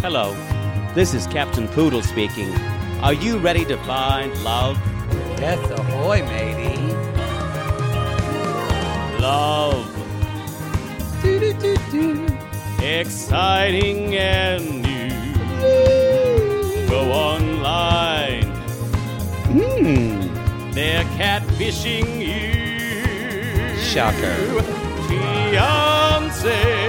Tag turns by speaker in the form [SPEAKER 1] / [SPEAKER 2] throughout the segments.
[SPEAKER 1] Hello, this is Captain Poodle speaking. Are you ready to find love?
[SPEAKER 2] Yes, ahoy, matey.
[SPEAKER 1] Love. Exciting and new. Go online.
[SPEAKER 2] Hmm.
[SPEAKER 1] They're catfishing you.
[SPEAKER 2] Shocker.
[SPEAKER 1] Fiance.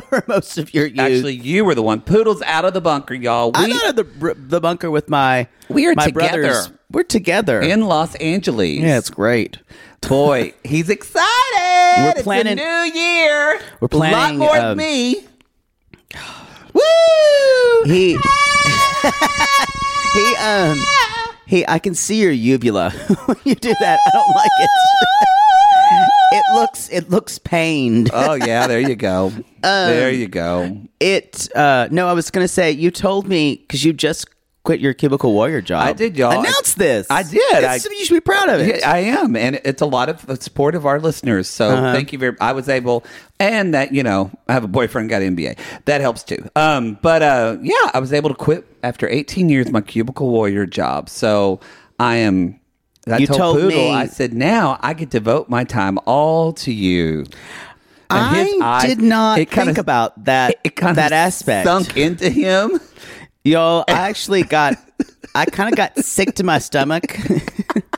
[SPEAKER 3] for most of your youth.
[SPEAKER 2] actually you were the one. Poodle's out of the bunker, y'all.
[SPEAKER 3] I'm
[SPEAKER 2] We
[SPEAKER 3] out of the br- the bunker with my
[SPEAKER 2] We are
[SPEAKER 3] my
[SPEAKER 2] together.
[SPEAKER 3] brothers. We're together.
[SPEAKER 2] in Los Angeles.
[SPEAKER 3] yeah, it's great.
[SPEAKER 2] boy, he's excited.
[SPEAKER 3] We're
[SPEAKER 2] It's a
[SPEAKER 3] planning-
[SPEAKER 2] new year.
[SPEAKER 3] We're planning,
[SPEAKER 2] a lot more
[SPEAKER 3] um,
[SPEAKER 2] than me. Woo!
[SPEAKER 3] He he um he. I can see your uvula when you do that. I don't like it. it looks it looks pained.
[SPEAKER 2] oh yeah, there you go.
[SPEAKER 3] Um,
[SPEAKER 2] there you go.
[SPEAKER 3] It uh no, I was gonna say you told me because you just quit your cubicle warrior job.
[SPEAKER 2] I did, y'all.
[SPEAKER 3] Announce this.
[SPEAKER 2] I did.
[SPEAKER 3] It's-
[SPEAKER 2] I-
[SPEAKER 3] you should be proud of it.
[SPEAKER 2] Yeah, I am, and it's a lot of support of our listeners. So
[SPEAKER 3] Uh-huh.
[SPEAKER 2] thank you very. I was able, and that you know, I have a boyfriend got NBA. That helps too. Um, but uh, yeah, I was able to quit after 18 years my cubicle warrior job. So I am. I
[SPEAKER 3] You told
[SPEAKER 2] Poodle,
[SPEAKER 3] me-
[SPEAKER 2] I said, now I could devote my time all to you. And his
[SPEAKER 3] I
[SPEAKER 2] eye-
[SPEAKER 3] did not
[SPEAKER 2] it
[SPEAKER 3] think
[SPEAKER 2] kinda-
[SPEAKER 3] about that
[SPEAKER 2] It kind of
[SPEAKER 3] that aspect.
[SPEAKER 2] sunk into him.
[SPEAKER 3] Yo, I actually got, I kind of got sick to my stomach.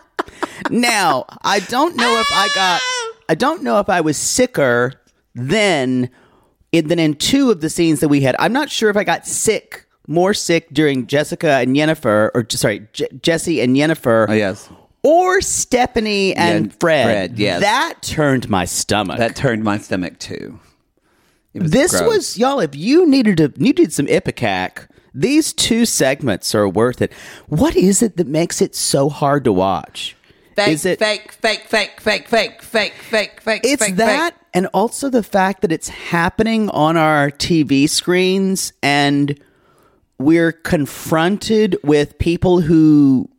[SPEAKER 3] now, I don't know if I got, I don't know if I was sicker then, in, than in two of the scenes that we had. I'm not sure if I got sick, more sick during Jessica and Yennefer, or sorry, J- Jesse and Yennefer.
[SPEAKER 2] Oh, yes.
[SPEAKER 3] Or Stephanie and
[SPEAKER 2] and
[SPEAKER 3] Fred.
[SPEAKER 2] Fred, yes.
[SPEAKER 3] That turned my stomach.
[SPEAKER 2] That turned my stomach too. It
[SPEAKER 3] This
[SPEAKER 2] gross.
[SPEAKER 3] was y'all. If you needed to needed some ipecac, these two segments are worth it. What is it that makes it so hard to watch?
[SPEAKER 2] fake,
[SPEAKER 3] is it
[SPEAKER 2] fake, fake, fake, fake, fake, fake, fake, fake.
[SPEAKER 3] It's
[SPEAKER 2] fake,
[SPEAKER 3] that, and also the fact that it's happening on our TV screens, and we're confronted with people who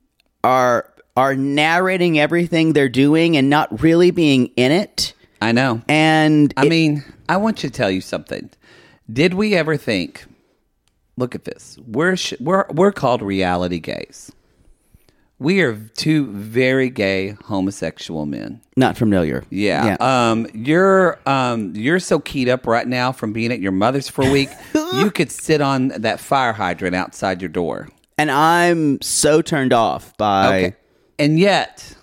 [SPEAKER 3] are are narrating everything they're doing and not really being in it.
[SPEAKER 2] Fake. I know.
[SPEAKER 3] And
[SPEAKER 2] I
[SPEAKER 3] it-
[SPEAKER 2] mean, I want you to tell you something. Did we ever think? Look at this. We're sh- we're we're called reality gays. We are two very gay homosexual men.
[SPEAKER 3] not familiar.
[SPEAKER 2] Yeah. Um, you're um, you're so keyed up right now from being at your mother's for a week. you could sit on that fire hydrant outside your door.
[SPEAKER 3] and I'm so turned off by.
[SPEAKER 2] Okay. And yet,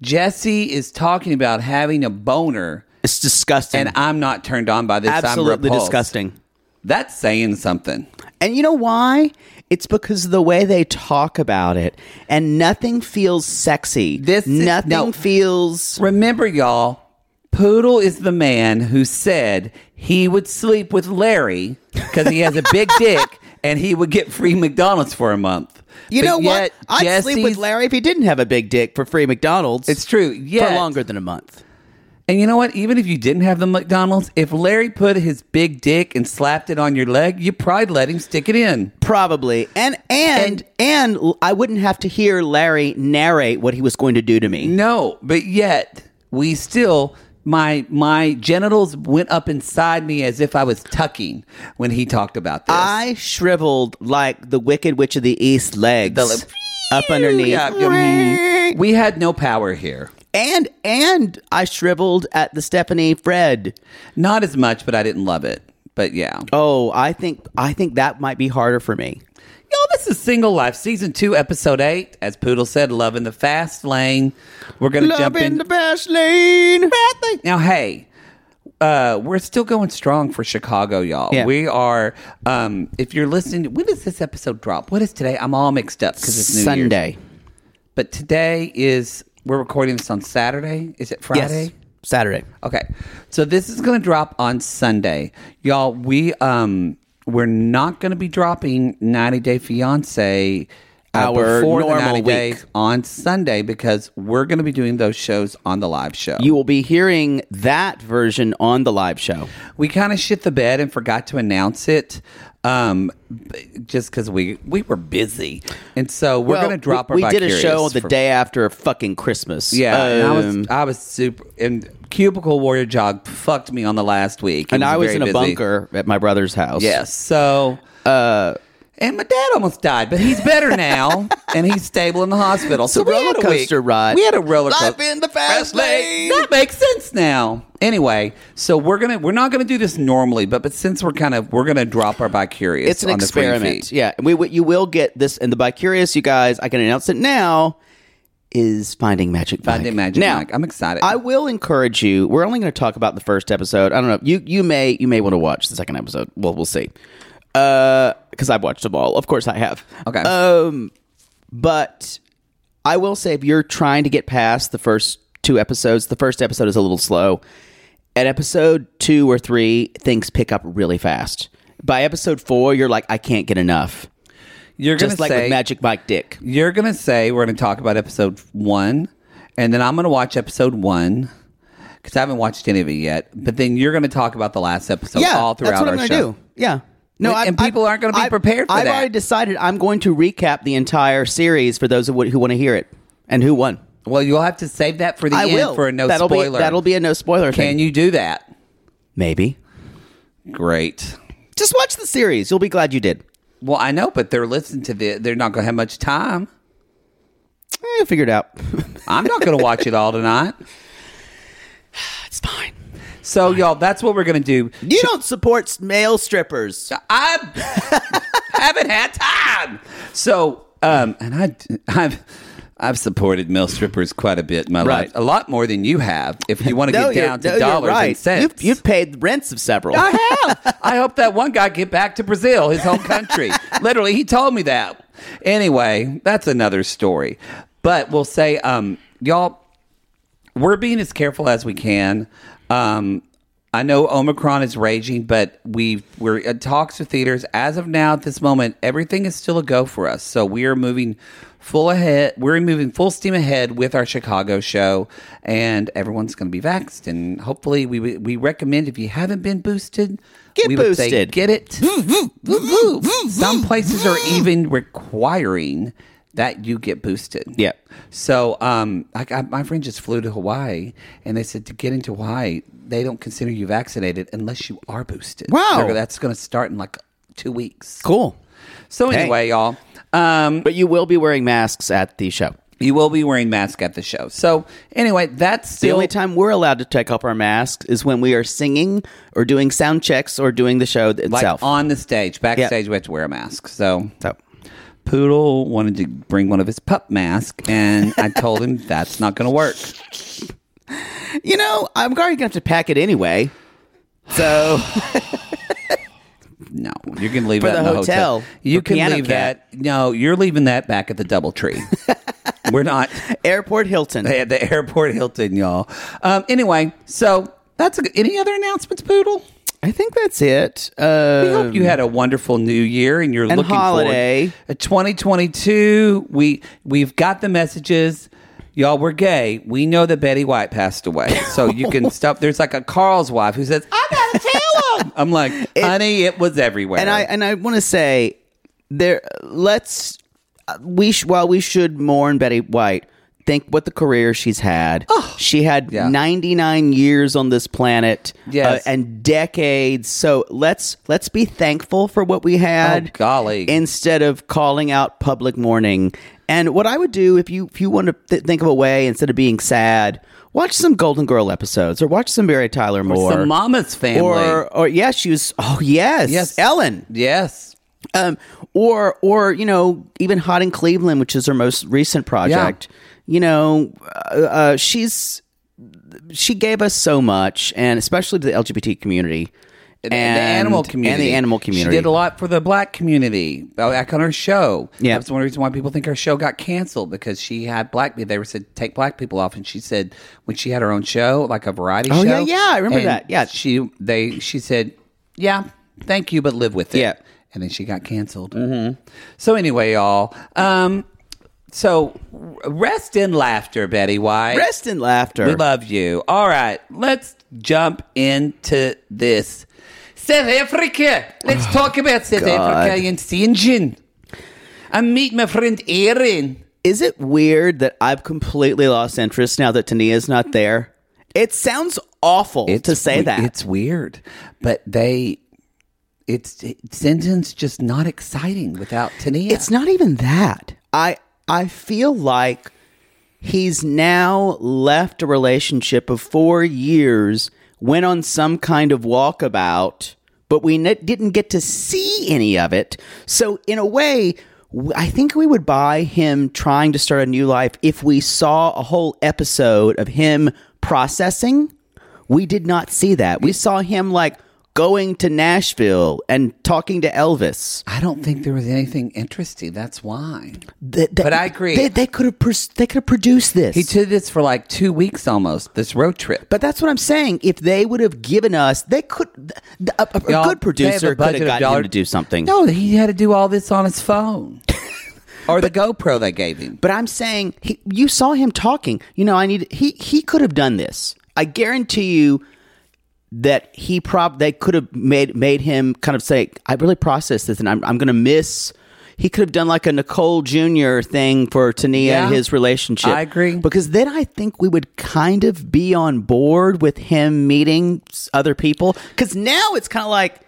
[SPEAKER 2] Jesse is talking about having a boner,
[SPEAKER 3] It's disgusting.
[SPEAKER 2] and I'm not turned on by this. I'm
[SPEAKER 3] absolutely
[SPEAKER 2] repulsed.
[SPEAKER 3] disgusting.
[SPEAKER 2] That's saying something.
[SPEAKER 3] And you know why? It's because of the way they talk about it, and nothing feels sexy.
[SPEAKER 2] This is-
[SPEAKER 3] nothing
[SPEAKER 2] no.
[SPEAKER 3] feels.
[SPEAKER 2] Remember, y'all, Poodle is the man who said he would sleep with Larry because he has a big dick and he would get free McDonald's for a month.
[SPEAKER 3] You
[SPEAKER 2] But
[SPEAKER 3] know what?
[SPEAKER 2] yet,
[SPEAKER 3] I'd sleep with
[SPEAKER 2] Jesse's-
[SPEAKER 3] Larry if he didn't have a big dick for free McDonald's.
[SPEAKER 2] It's true. Yet,
[SPEAKER 3] for longer than a month.
[SPEAKER 2] And you know what? Even if you didn't have the McDonald's, if Larry put his big dick and slapped it on your leg, you probably let him stick it in.
[SPEAKER 3] Probably. And and and l- I wouldn't have to hear Larry narrate what he was going to do to me.
[SPEAKER 2] No, but yet we still my my genitals went up inside me as if I was tucking when he talked about this.
[SPEAKER 3] I shriveled like the Wicked Witch of the East legs
[SPEAKER 2] The li-
[SPEAKER 3] up underneath.
[SPEAKER 2] Yeah, mm, we had no power here.
[SPEAKER 3] And and I shriveled at the Stephanie Fred.
[SPEAKER 2] Not as much, but I didn't love it. But yeah.
[SPEAKER 3] Oh, I think I think that might be harder for me.
[SPEAKER 2] Y'all, this is Single Life, Season 2, Episode 8. As Poodle said, love in the fast lane. We're going to jump in.
[SPEAKER 4] Loving the fast lane.
[SPEAKER 2] Now, hey, uh, we're still going strong for Chicago, y'all.
[SPEAKER 3] Yeah.
[SPEAKER 2] We are. Um, if you're listening, when does this episode drop? What is today? I'm all mixed up because it's New Year's.
[SPEAKER 3] Sunday.
[SPEAKER 2] But today is we're recording this on Saturday. Is it Friday?
[SPEAKER 3] Yes. Saturday.
[SPEAKER 2] Okay. So this is going to drop on Sunday. Y'all, we um we're not going to be dropping 90 Day Fiancé uh,
[SPEAKER 3] Our
[SPEAKER 2] before the
[SPEAKER 3] normal
[SPEAKER 2] 90 days
[SPEAKER 3] week.
[SPEAKER 2] on Sunday because we're going to be doing those shows on the live show.
[SPEAKER 3] You will be hearing that version on the live show.
[SPEAKER 2] we kind of shit the bed and forgot to announce it um b- just because we we were busy and so we're
[SPEAKER 3] Well,
[SPEAKER 2] gonna drop
[SPEAKER 3] we,
[SPEAKER 2] our
[SPEAKER 3] we did a
[SPEAKER 2] Vicarious
[SPEAKER 3] show the
[SPEAKER 2] for-
[SPEAKER 3] day after fucking Christmas.
[SPEAKER 2] yeah and i was
[SPEAKER 3] Um,
[SPEAKER 2] i was super and cubicle warrior jog fucked me on the last week It
[SPEAKER 3] and I was
[SPEAKER 2] very
[SPEAKER 3] in a
[SPEAKER 2] busy.
[SPEAKER 3] bunker at my brother's house.
[SPEAKER 2] yes so uh and my dad almost died, but he's better now, and he's stable in the hospital. So
[SPEAKER 3] It's a
[SPEAKER 2] we had
[SPEAKER 3] roller
[SPEAKER 2] a week-
[SPEAKER 3] coaster ride.
[SPEAKER 2] We had a roller coaster.
[SPEAKER 3] Life in the fast lane.
[SPEAKER 2] That makes sense now. Anyway, so we're gonna we're not gonna do this normally, but but since we're kind of we're gonna drop our bi curious.
[SPEAKER 3] it's an experiment. Yeah, we, we you will get this in the by curious. You guys, I can announce it now. Is finding magic Mike.
[SPEAKER 2] Finding Magic
[SPEAKER 3] now,
[SPEAKER 2] Mike. I'm excited.
[SPEAKER 3] I will encourage you. We're only going to talk about the first episode. I don't know. You you may you may want to watch the second episode. Well, we'll see. Uh, because I've watched them all. Of course, I have.
[SPEAKER 2] Okay.
[SPEAKER 3] Um, but I will say, if you're trying to get past the first two episodes, the first episode is a little slow. At episode two or three, things pick up really fast. By episode four, you're like, I can't get enough.
[SPEAKER 2] You're gonna
[SPEAKER 3] Just like
[SPEAKER 2] say
[SPEAKER 3] with Magic Mike Dick.
[SPEAKER 2] you're gonna say we're gonna talk about episode one, and then I'm gonna watch episode one because I haven't watched any of it yet. But then you're gonna talk about the last episode all throughout
[SPEAKER 3] that's what
[SPEAKER 2] our
[SPEAKER 3] I'm gonna
[SPEAKER 2] show.
[SPEAKER 3] do. Yeah. No,
[SPEAKER 2] And- and people aren't gonna be
[SPEAKER 3] I've-
[SPEAKER 2] prepared for
[SPEAKER 3] I've
[SPEAKER 2] that.
[SPEAKER 3] already decided I'm going to recap the entire series for those who, who want to hear it and who won.
[SPEAKER 2] Well, you'll have to save that for the
[SPEAKER 3] I
[SPEAKER 2] end
[SPEAKER 3] will
[SPEAKER 2] for a no
[SPEAKER 3] that'll Be,
[SPEAKER 2] spoiler.
[SPEAKER 3] that'll be a no spoiler.
[SPEAKER 2] Can
[SPEAKER 3] thing.
[SPEAKER 2] you do that?
[SPEAKER 3] Maybe
[SPEAKER 2] Great.
[SPEAKER 3] just watch the series. You'll be glad you did.
[SPEAKER 2] Well, I know, but they're listening to the. They're not gonna have much time.
[SPEAKER 3] Eh, figure it out.
[SPEAKER 2] I'm not going to watch it all tonight.
[SPEAKER 3] it's fine.
[SPEAKER 2] So, y'all, that's what we're going to do.
[SPEAKER 3] You don't support male strippers.
[SPEAKER 2] I haven't had time. So, um, and I, I've, I've supported male strippers quite a bit in my
[SPEAKER 3] Right.
[SPEAKER 2] life, a lot more than you have. If you want to
[SPEAKER 3] No,
[SPEAKER 2] get
[SPEAKER 3] you're-
[SPEAKER 2] down
[SPEAKER 3] no,
[SPEAKER 2] to
[SPEAKER 3] you're
[SPEAKER 2] dollars and
[SPEAKER 3] right.
[SPEAKER 2] cents, Ah.
[SPEAKER 3] You've, you've paid the rents of several.
[SPEAKER 2] I have. I hope that one guy get back to Brazil, his home country. Literally, he told me that. Anyway, that's another story. But we'll say, um, y'all, we're being as careful as we can. Um, I know Omicron is raging, but we we're in talks with theaters as of now. At this moment, everything is still a go for us. So we are moving full ahead. We're moving full steam ahead with our Chicago show, and everyone's going to be vaxxed. And hopefully, we we recommend if you haven't been boosted,
[SPEAKER 3] Get
[SPEAKER 2] we would say
[SPEAKER 3] boosted.
[SPEAKER 2] get it. Some places are even requiring that you get boosted.
[SPEAKER 3] Yeah.
[SPEAKER 2] So, um, I, I, my friend just flew to Hawaii, and they said to get into Hawaii, they don't consider you vaccinated unless you are boosted.
[SPEAKER 3] Wow.
[SPEAKER 2] They're go- that's going to start in like two weeks.
[SPEAKER 3] Cool.
[SPEAKER 2] So
[SPEAKER 3] Hey.
[SPEAKER 2] anyway, y'all, um,
[SPEAKER 3] But you will be wearing masks at the show.
[SPEAKER 2] you will be wearing masks at the show. So anyway, that's
[SPEAKER 3] The
[SPEAKER 2] still
[SPEAKER 3] only time we're allowed to take off our masks is when we are singing or doing sound checks or doing the show
[SPEAKER 2] like
[SPEAKER 3] itself.
[SPEAKER 2] on the stage, backstage, we have to wear a mask. So
[SPEAKER 3] so,
[SPEAKER 2] Poodle wanted to bring one of his pup masks, and I told him that's not going to work.
[SPEAKER 3] You know, I'm already gonna have to pack it anyway. So
[SPEAKER 2] No, you can leave
[SPEAKER 3] For
[SPEAKER 2] that
[SPEAKER 3] the
[SPEAKER 2] in the hotel.
[SPEAKER 3] hotel,
[SPEAKER 2] You
[SPEAKER 3] for
[SPEAKER 2] can
[SPEAKER 3] Piano
[SPEAKER 2] leave
[SPEAKER 3] Cat.
[SPEAKER 2] that. No, you're leaving that back at the DoubleTree. We're not
[SPEAKER 3] airport Hilton.
[SPEAKER 2] at the airport Hilton, y'all. Um, anyway, so that's a, good- any other announcements, Poodle?
[SPEAKER 3] I think that's it.
[SPEAKER 2] We
[SPEAKER 3] Uh,
[SPEAKER 2] hope you had a wonderful New Year and you're
[SPEAKER 3] and
[SPEAKER 2] looking
[SPEAKER 3] holiday.
[SPEAKER 2] forward- Uh, 2022. We we've got the messages. Y'all, we're gay. We know that Betty White passed away, so you can stop. There's like a Carl's wife who says, "I gotta tell him." I'm like, honey, it was everywhere.
[SPEAKER 3] and I and I want to say there. Let's uh, we sh- while we should mourn Betty White. Think what the career she's had. she had
[SPEAKER 2] Yeah.
[SPEAKER 3] 99 years on this planet, uh,
[SPEAKER 2] Yes.
[SPEAKER 3] and decades. So let's let's be thankful for what we had.
[SPEAKER 2] Oh, golly.
[SPEAKER 3] Instead of calling out public mourning, and what I would do if you if you want to th- think of a way instead of being sad, watch some Golden Girl episodes or watch some Mary Tyler Moore
[SPEAKER 2] It's the Mama's family.
[SPEAKER 3] or or yes, she was. Oh yes,
[SPEAKER 2] Yes.
[SPEAKER 3] Ellen.
[SPEAKER 2] yes,
[SPEAKER 3] Um, or or you know, even Hot in Cleveland, which is her most recent project. You know, uh, uh, she's she gave us so much, and especially to the LGBT community
[SPEAKER 2] and, the animal
[SPEAKER 3] and
[SPEAKER 2] community
[SPEAKER 3] the animal community.
[SPEAKER 2] She did a lot for the black community back on her show.
[SPEAKER 3] Yeah.
[SPEAKER 2] that's one reason why people think her show got canceled because she had black people. They were said take black people off, and she said when she had her own show, like a variety
[SPEAKER 3] Oh,
[SPEAKER 2] show.
[SPEAKER 3] yeah, yeah, I remember
[SPEAKER 2] and
[SPEAKER 3] that. Yeah.
[SPEAKER 2] she they she said, yeah, thank you, but live with it.
[SPEAKER 3] Yeah.
[SPEAKER 2] and then she got canceled. Mm-hmm. So anyway, y'all. Um, so r- rest in laughter, Betty White.
[SPEAKER 3] Rest in laughter.
[SPEAKER 2] We love you. All right, let's jump into this. South Africa. Let's talk about South Africa and Sinjin. I meet my friend Erin.
[SPEAKER 3] Is it weird that I've completely lost interest now that Tania's not there? It sounds awful to say
[SPEAKER 2] we-
[SPEAKER 3] that.
[SPEAKER 2] It's weird, but they. It's Sinjin's just not exciting without Tania.
[SPEAKER 3] It's not even that. I I feel like he's now left a relationship of four years, went on some kind of walkabout, but we ne- didn't get to see any of it. So in a way, w- I think we would buy him trying to start a new life if we saw a whole episode of him processing. We did not see that. We saw him like going to Nashville and talking to Elvis.
[SPEAKER 2] I don't think there was anything interesting. That's why.
[SPEAKER 3] Th- th-
[SPEAKER 2] But I agree.
[SPEAKER 3] They, they could have pers- they could have produced this.
[SPEAKER 2] He did this for like two weeks almost, this road trip.
[SPEAKER 3] but that's what I'm saying. If they would have given us, they could. th- th- A, a- a
[SPEAKER 2] Y'all,
[SPEAKER 3] good producer
[SPEAKER 2] they
[SPEAKER 3] could
[SPEAKER 2] have a budget
[SPEAKER 3] have
[SPEAKER 2] of
[SPEAKER 3] gotten him
[SPEAKER 2] dollar-
[SPEAKER 3] to do something.
[SPEAKER 2] No, he had to do all this on his phone or the GoPro they gave him.
[SPEAKER 3] But I'm saying he, you saw him talking. You know, I need he he could have done this. I guarantee you that he prob they could have made made him kind of say, "I really processed this, and I'm I'm going to miss." He could have done like a Nicole Jr. thing for Tania
[SPEAKER 2] Yeah.
[SPEAKER 3] and his relationship.
[SPEAKER 2] I agree.
[SPEAKER 3] because then I think we would kind of be on board with him meeting s- other people. Because now it's kind of like,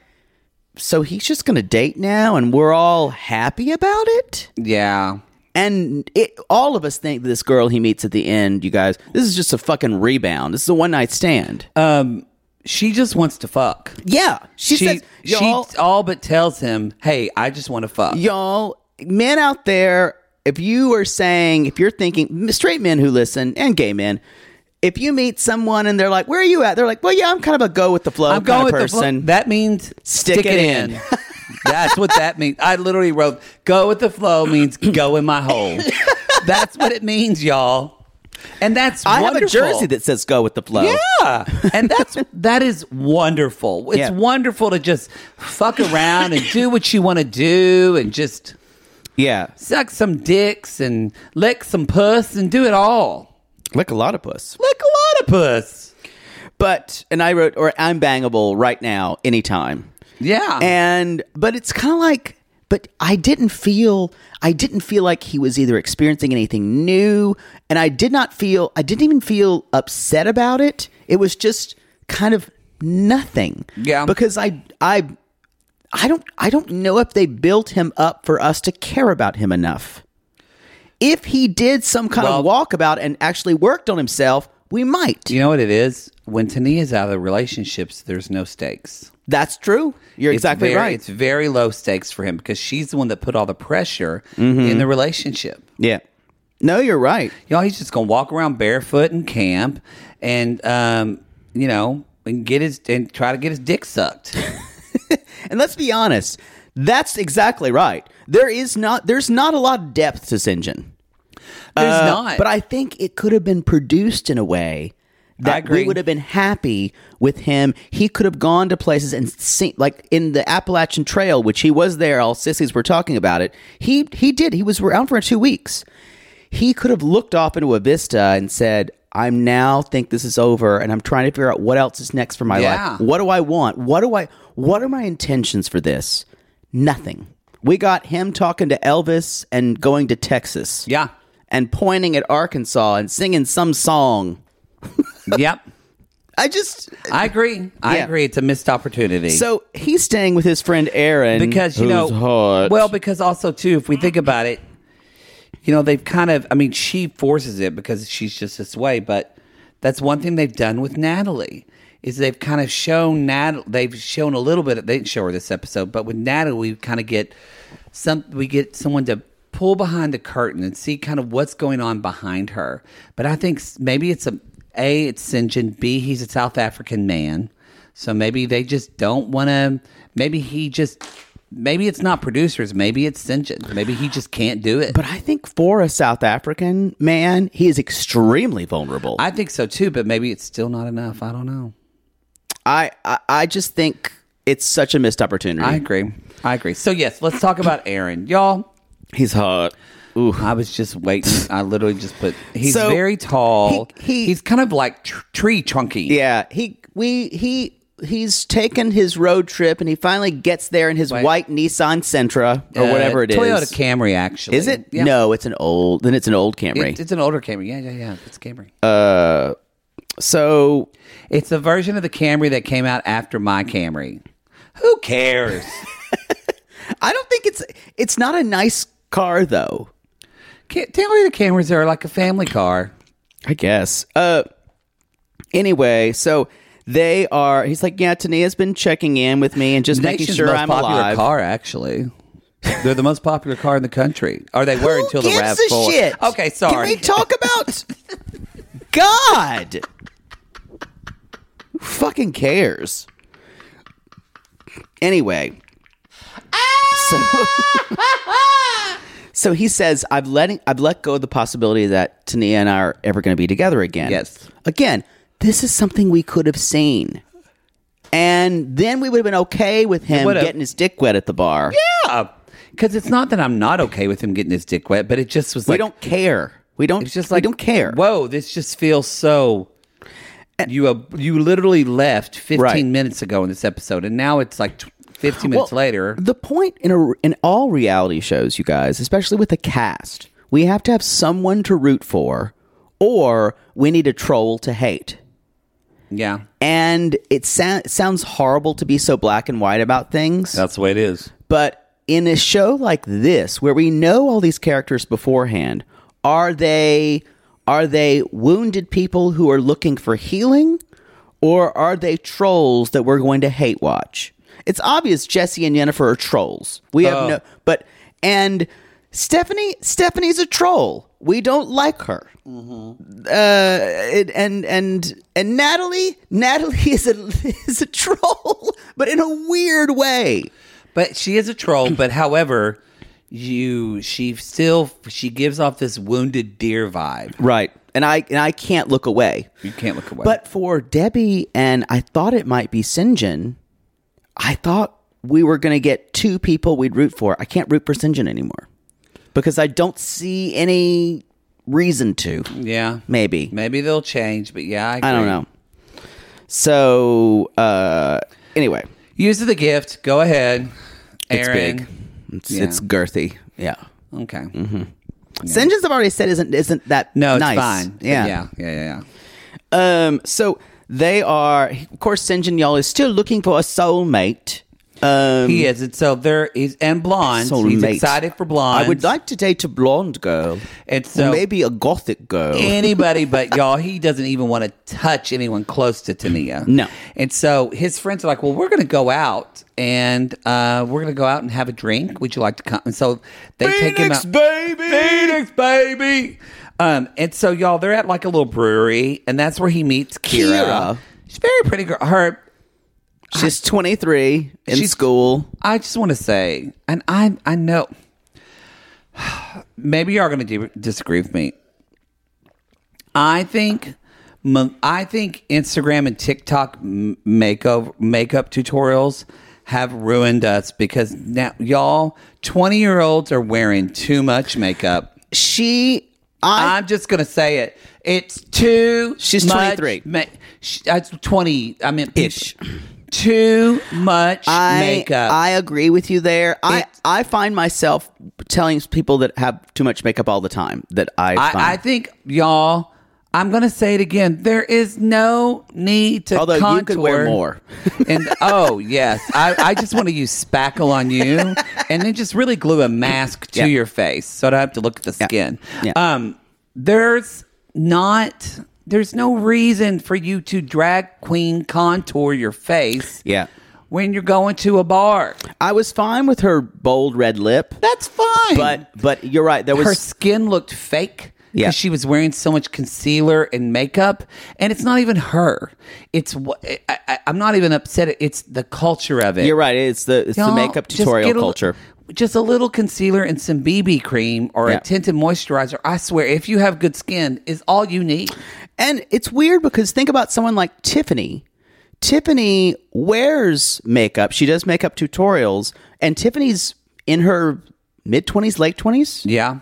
[SPEAKER 3] so he's just going to date now, and we're all happy about it.
[SPEAKER 2] Yeah.
[SPEAKER 3] And it, all of us think this girl he meets at the end, you guys, this is just a fucking rebound. This is a one night stand.
[SPEAKER 2] Um, she just wants to fuck.
[SPEAKER 3] yeah. She, says,
[SPEAKER 2] she
[SPEAKER 3] y'all,
[SPEAKER 2] all but tells him, "Hey, I just want to fuck."
[SPEAKER 3] y'all, men out there, if you are saying, if you're thinking, straight men who listen and gay men, if you meet someone and they're like, where are you at? They're like, well, yeah, I'm kind of a go with the flow
[SPEAKER 2] I'm
[SPEAKER 3] kind
[SPEAKER 2] going
[SPEAKER 3] of
[SPEAKER 2] with the flow.
[SPEAKER 3] person.
[SPEAKER 2] That means
[SPEAKER 3] Stick it in.
[SPEAKER 2] That's what that means. I literally wrote, "Go with the flow" means go in my hole. that's what it means, y'all. And that's
[SPEAKER 3] I have a
[SPEAKER 2] wonderful.
[SPEAKER 3] jersey that says go with the flow.
[SPEAKER 2] Yeah, and that's that is wonderful. It's
[SPEAKER 3] Yeah.
[SPEAKER 2] wonderful to just fuck around and do what you want to do, and just
[SPEAKER 3] Yeah.
[SPEAKER 2] suck some dicks and lick some puss and do it all.
[SPEAKER 3] Like a lot of puss.
[SPEAKER 2] Lick a lot of puss.
[SPEAKER 3] But, and I wrote, or I'm bangable right now, anytime.
[SPEAKER 2] Yeah,
[SPEAKER 3] and but it's kind of like but i didn't feel i didn't feel like he was either experiencing anything new and i did not feel i didn't even feel upset about it it was just kind of nothing
[SPEAKER 2] Yeah.
[SPEAKER 3] because i i i don't i don't know if they built him up for us to care about him enough if he did some kind of
[SPEAKER 2] Well-
[SPEAKER 3] walkabout and actually worked on himself we might
[SPEAKER 2] you know what it is when Tania's out of the relationships. There's no stakes.
[SPEAKER 3] That's true. You're
[SPEAKER 2] It's
[SPEAKER 3] exactly
[SPEAKER 2] very-
[SPEAKER 3] right.
[SPEAKER 2] It's very low stakes for him because she's the one that put all the pressure
[SPEAKER 3] Mm-hmm.
[SPEAKER 2] in the relationship.
[SPEAKER 3] Yeah. No, you're right.
[SPEAKER 2] You know, he's just gonna walk around barefoot in camp, and um, you know, and get his and try to get his dick sucked.
[SPEAKER 3] And let's be honest, that's exactly right. There is not there's not a lot of depth to Sinjin.
[SPEAKER 2] There's
[SPEAKER 3] Uh,
[SPEAKER 2] not,
[SPEAKER 3] But I think it could have been produced in a way
[SPEAKER 2] I
[SPEAKER 3] that
[SPEAKER 2] agree.
[SPEAKER 3] we would have been happy with him. He could have gone to places and seen, like in the Appalachian Trail, which he was there. All sissies were talking about it. He he did. He was around for two weeks. He could have looked off into a vista and said, "I'm now think this is over, and I'm trying to figure out what else is next for my
[SPEAKER 2] Yeah.
[SPEAKER 3] life. What do I want? What do I? What are my intentions for this? Nothing." We got him talking to Elvis and going to Texas
[SPEAKER 2] yeah,
[SPEAKER 3] and pointing at Arkansas and singing some song.
[SPEAKER 2] yep,
[SPEAKER 3] I just
[SPEAKER 2] I agree. I
[SPEAKER 3] Yeah.
[SPEAKER 2] agree. It's a missed opportunity.
[SPEAKER 3] so he's staying with his friend Aaron
[SPEAKER 2] because you know,
[SPEAKER 3] who's hot.
[SPEAKER 2] well, because also too, if we think about it, you know, they've kind of. I mean, she forces it because she's just this way. But that's one thing they've done with Natalie is they've kind of shown Natalie. They've shown a little bit. They didn't show her this episode, but with Natalie, we kind of get some. We get someone to pull behind the curtain and see kind of what's going on behind her. But I think s- maybe it's a a it's Sinjin. B he's a South African man. So maybe they just don't want to. Maybe he just. Maybe it's not producers. Maybe it's Sinjin. Maybe he just can't do it.
[SPEAKER 3] but I think for a South African man, he is extremely vulnerable.
[SPEAKER 2] I think so too, but maybe it's still not enough. I don't know.
[SPEAKER 3] I I, I just think it's such a missed opportunity.
[SPEAKER 2] I agree. I agree. So yes, let's talk about Aaron, y'all.
[SPEAKER 3] he's hot.
[SPEAKER 2] I was just waiting. I literally just put. He's
[SPEAKER 3] So,
[SPEAKER 2] very tall.
[SPEAKER 3] he- he-
[SPEAKER 2] he's kind of like tr- tree trunky.
[SPEAKER 3] Yeah, he we he he's taken his road trip and he finally gets there in his
[SPEAKER 2] Wait.
[SPEAKER 3] white Nissan Sentra or
[SPEAKER 2] Uh,
[SPEAKER 3] whatever it is.
[SPEAKER 2] Toyota Camry, actually.
[SPEAKER 3] Is it?
[SPEAKER 2] Yeah.
[SPEAKER 3] No, it's an old. Then it's an old Camry. Uh,
[SPEAKER 2] It- it's an older Camry. Yeah, yeah, yeah. It's Camry.
[SPEAKER 3] so
[SPEAKER 2] It's a version of the Camry that came out after my Camry. Who cares?
[SPEAKER 3] I don't think it's it's not a nice car though.
[SPEAKER 2] Ca- Toyota Camrys are like a family car.
[SPEAKER 3] I guess. Uh anyway, so they are he's like, Yeah, Tania's been checking in with me and just making
[SPEAKER 2] Nation's
[SPEAKER 3] sure
[SPEAKER 2] most
[SPEAKER 3] I'm
[SPEAKER 2] popular
[SPEAKER 3] alive.
[SPEAKER 2] car, actually. They're the most popular car in the country. Or they were
[SPEAKER 3] Who
[SPEAKER 2] until the
[SPEAKER 3] gives
[SPEAKER 2] Rav
[SPEAKER 3] a
[SPEAKER 2] Four.
[SPEAKER 3] shit?
[SPEAKER 2] Okay, sorry.
[SPEAKER 3] Can we talk about God? Who fucking cares? Anyway. So, so he says, I've letting I've let go of the possibility that Tania and I are ever gonna be together again.
[SPEAKER 2] Yes.
[SPEAKER 3] Again, this is something we could have seen. And then we would have been okay with him
[SPEAKER 2] would've.
[SPEAKER 3] getting his dick wet at the bar.
[SPEAKER 2] Because it's not that I'm not okay with him getting his dick wet, but it just was
[SPEAKER 3] We
[SPEAKER 2] like
[SPEAKER 3] don't care. We don't
[SPEAKER 2] It's just
[SPEAKER 3] we
[SPEAKER 2] like
[SPEAKER 3] don't care.
[SPEAKER 2] Whoa, this just feels so. You uh, you literally left 15
[SPEAKER 3] Right.
[SPEAKER 2] minutes ago in this episode, and now it's like tw- 15 minutes
[SPEAKER 3] Well,
[SPEAKER 2] later.
[SPEAKER 3] The point in a, in all reality shows, you guys, especially with a cast, we have to have someone to root for, or we need a troll to hate.
[SPEAKER 2] Yeah,
[SPEAKER 3] And it sa- sounds horrible to be so black and white about things,
[SPEAKER 2] that's the way it is.
[SPEAKER 3] but in a show like this, where we know all these characters beforehand, are they are they wounded people who are looking for healing, or are they trolls that we're going to hate watch? It's obvious Jesse and Jennifer are trolls. We have no, but and Stephanie Stephanie's a troll. We don't like her. Uh, it, and and and Natalie Natalie is a is a troll, but in a weird way.
[SPEAKER 2] But she is a troll. but however, you she still she gives off this wounded deer vibe.
[SPEAKER 3] Right. And I and I can't look away.
[SPEAKER 2] You can't look away.
[SPEAKER 3] But for Debbie and I thought it might be Sinjin, I thought we were going to get two people we'd root for. I can't root for Sinjin anymore because I don't see any reason to.
[SPEAKER 2] yeah,
[SPEAKER 3] Maybe.
[SPEAKER 2] maybe they'll change. But yeah, I,
[SPEAKER 3] I don't
[SPEAKER 2] agree.
[SPEAKER 3] know. So, uh anyway,
[SPEAKER 2] Use of the gift. Go ahead, Aaron.
[SPEAKER 3] big. it's,
[SPEAKER 2] Yeah.
[SPEAKER 3] it's girthy. Yeah.
[SPEAKER 2] Okay.
[SPEAKER 3] Sinjin's I've already said isn't isn't that
[SPEAKER 2] No, it's
[SPEAKER 3] nice.
[SPEAKER 2] fine.
[SPEAKER 3] Yeah.
[SPEAKER 2] yeah, yeah, yeah. yeah.
[SPEAKER 3] Um, so they are, of course, Sinjin Yal is still looking for a soulmate. Um,
[SPEAKER 2] He is, and so there is, and blonde.
[SPEAKER 3] so
[SPEAKER 2] He's
[SPEAKER 3] late.
[SPEAKER 2] excited for blonde.
[SPEAKER 3] I would like to date a blonde girl.
[SPEAKER 2] And
[SPEAKER 3] Or
[SPEAKER 2] so-
[SPEAKER 3] maybe a gothic girl.
[SPEAKER 2] anybody but y'all. He doesn't even want to touch anyone close to Tania.
[SPEAKER 3] No.
[SPEAKER 2] And so his friends are like, "Well, we're going to go out and uh, we're going to go out and have a drink. Would you like to come?" And so they take him out.
[SPEAKER 4] baby.
[SPEAKER 2] Phoenix, baby. Um, and so y'all, they're at like a little brewery, and that's where he meets Kira.
[SPEAKER 3] Kira.
[SPEAKER 2] She's a very pretty girl. Her
[SPEAKER 3] She's 23 in
[SPEAKER 2] She's-
[SPEAKER 3] school.
[SPEAKER 2] I just want to say, and I I know maybe you are going to disagree with me. I think m- I think Instagram and TikTok m- makeover makeup tutorials have ruined us because now y'all 20 year olds are wearing too much makeup.
[SPEAKER 3] She, I,
[SPEAKER 2] I'm just gonna say it. It's too.
[SPEAKER 3] She's
[SPEAKER 2] much
[SPEAKER 3] 23.
[SPEAKER 2] Ma- sh- that's 20. I mean,
[SPEAKER 3] Ish.
[SPEAKER 2] Too much
[SPEAKER 3] I,
[SPEAKER 2] makeup.
[SPEAKER 3] I agree with you there. I, I find myself telling people that have too much makeup all the time that I, find.
[SPEAKER 2] I, I think y'all. I'm gonna say it again. There is no need to.
[SPEAKER 3] Although
[SPEAKER 2] contour.
[SPEAKER 3] you could wear more.
[SPEAKER 2] and oh yes, I, I just want to use spackle on you, and then just really glue a mask to
[SPEAKER 3] Yeah.
[SPEAKER 2] your face, so I don't have to look at the
[SPEAKER 3] Yeah.
[SPEAKER 2] skin.
[SPEAKER 3] Yeah.
[SPEAKER 2] Um, there's not. There's no reason for you to drag queen contour your face.
[SPEAKER 3] Yeah.
[SPEAKER 2] When you're going to a bar,
[SPEAKER 3] I was fine with her bold red lip,
[SPEAKER 2] that's fine.
[SPEAKER 3] but but you're right. There was
[SPEAKER 2] her skin looked fake because
[SPEAKER 3] Yeah.
[SPEAKER 2] she was wearing so much concealer and makeup and it's not even her it's wh- I, I, i'm not even upset it's the culture of it
[SPEAKER 3] You're right. It's the it's
[SPEAKER 2] Y'all,
[SPEAKER 3] the makeup
[SPEAKER 2] just get
[SPEAKER 3] tutorial
[SPEAKER 2] a li-
[SPEAKER 3] culture.
[SPEAKER 2] just a little concealer and some bb cream or
[SPEAKER 3] Yeah.
[SPEAKER 2] a tinted moisturizer i swear if you have good skin is all you need
[SPEAKER 3] And it's weird because think about someone like Tiffany. Tiffany wears makeup. She does makeup tutorials, and Tiffany's in her mid twenties, late twenties.
[SPEAKER 2] yeah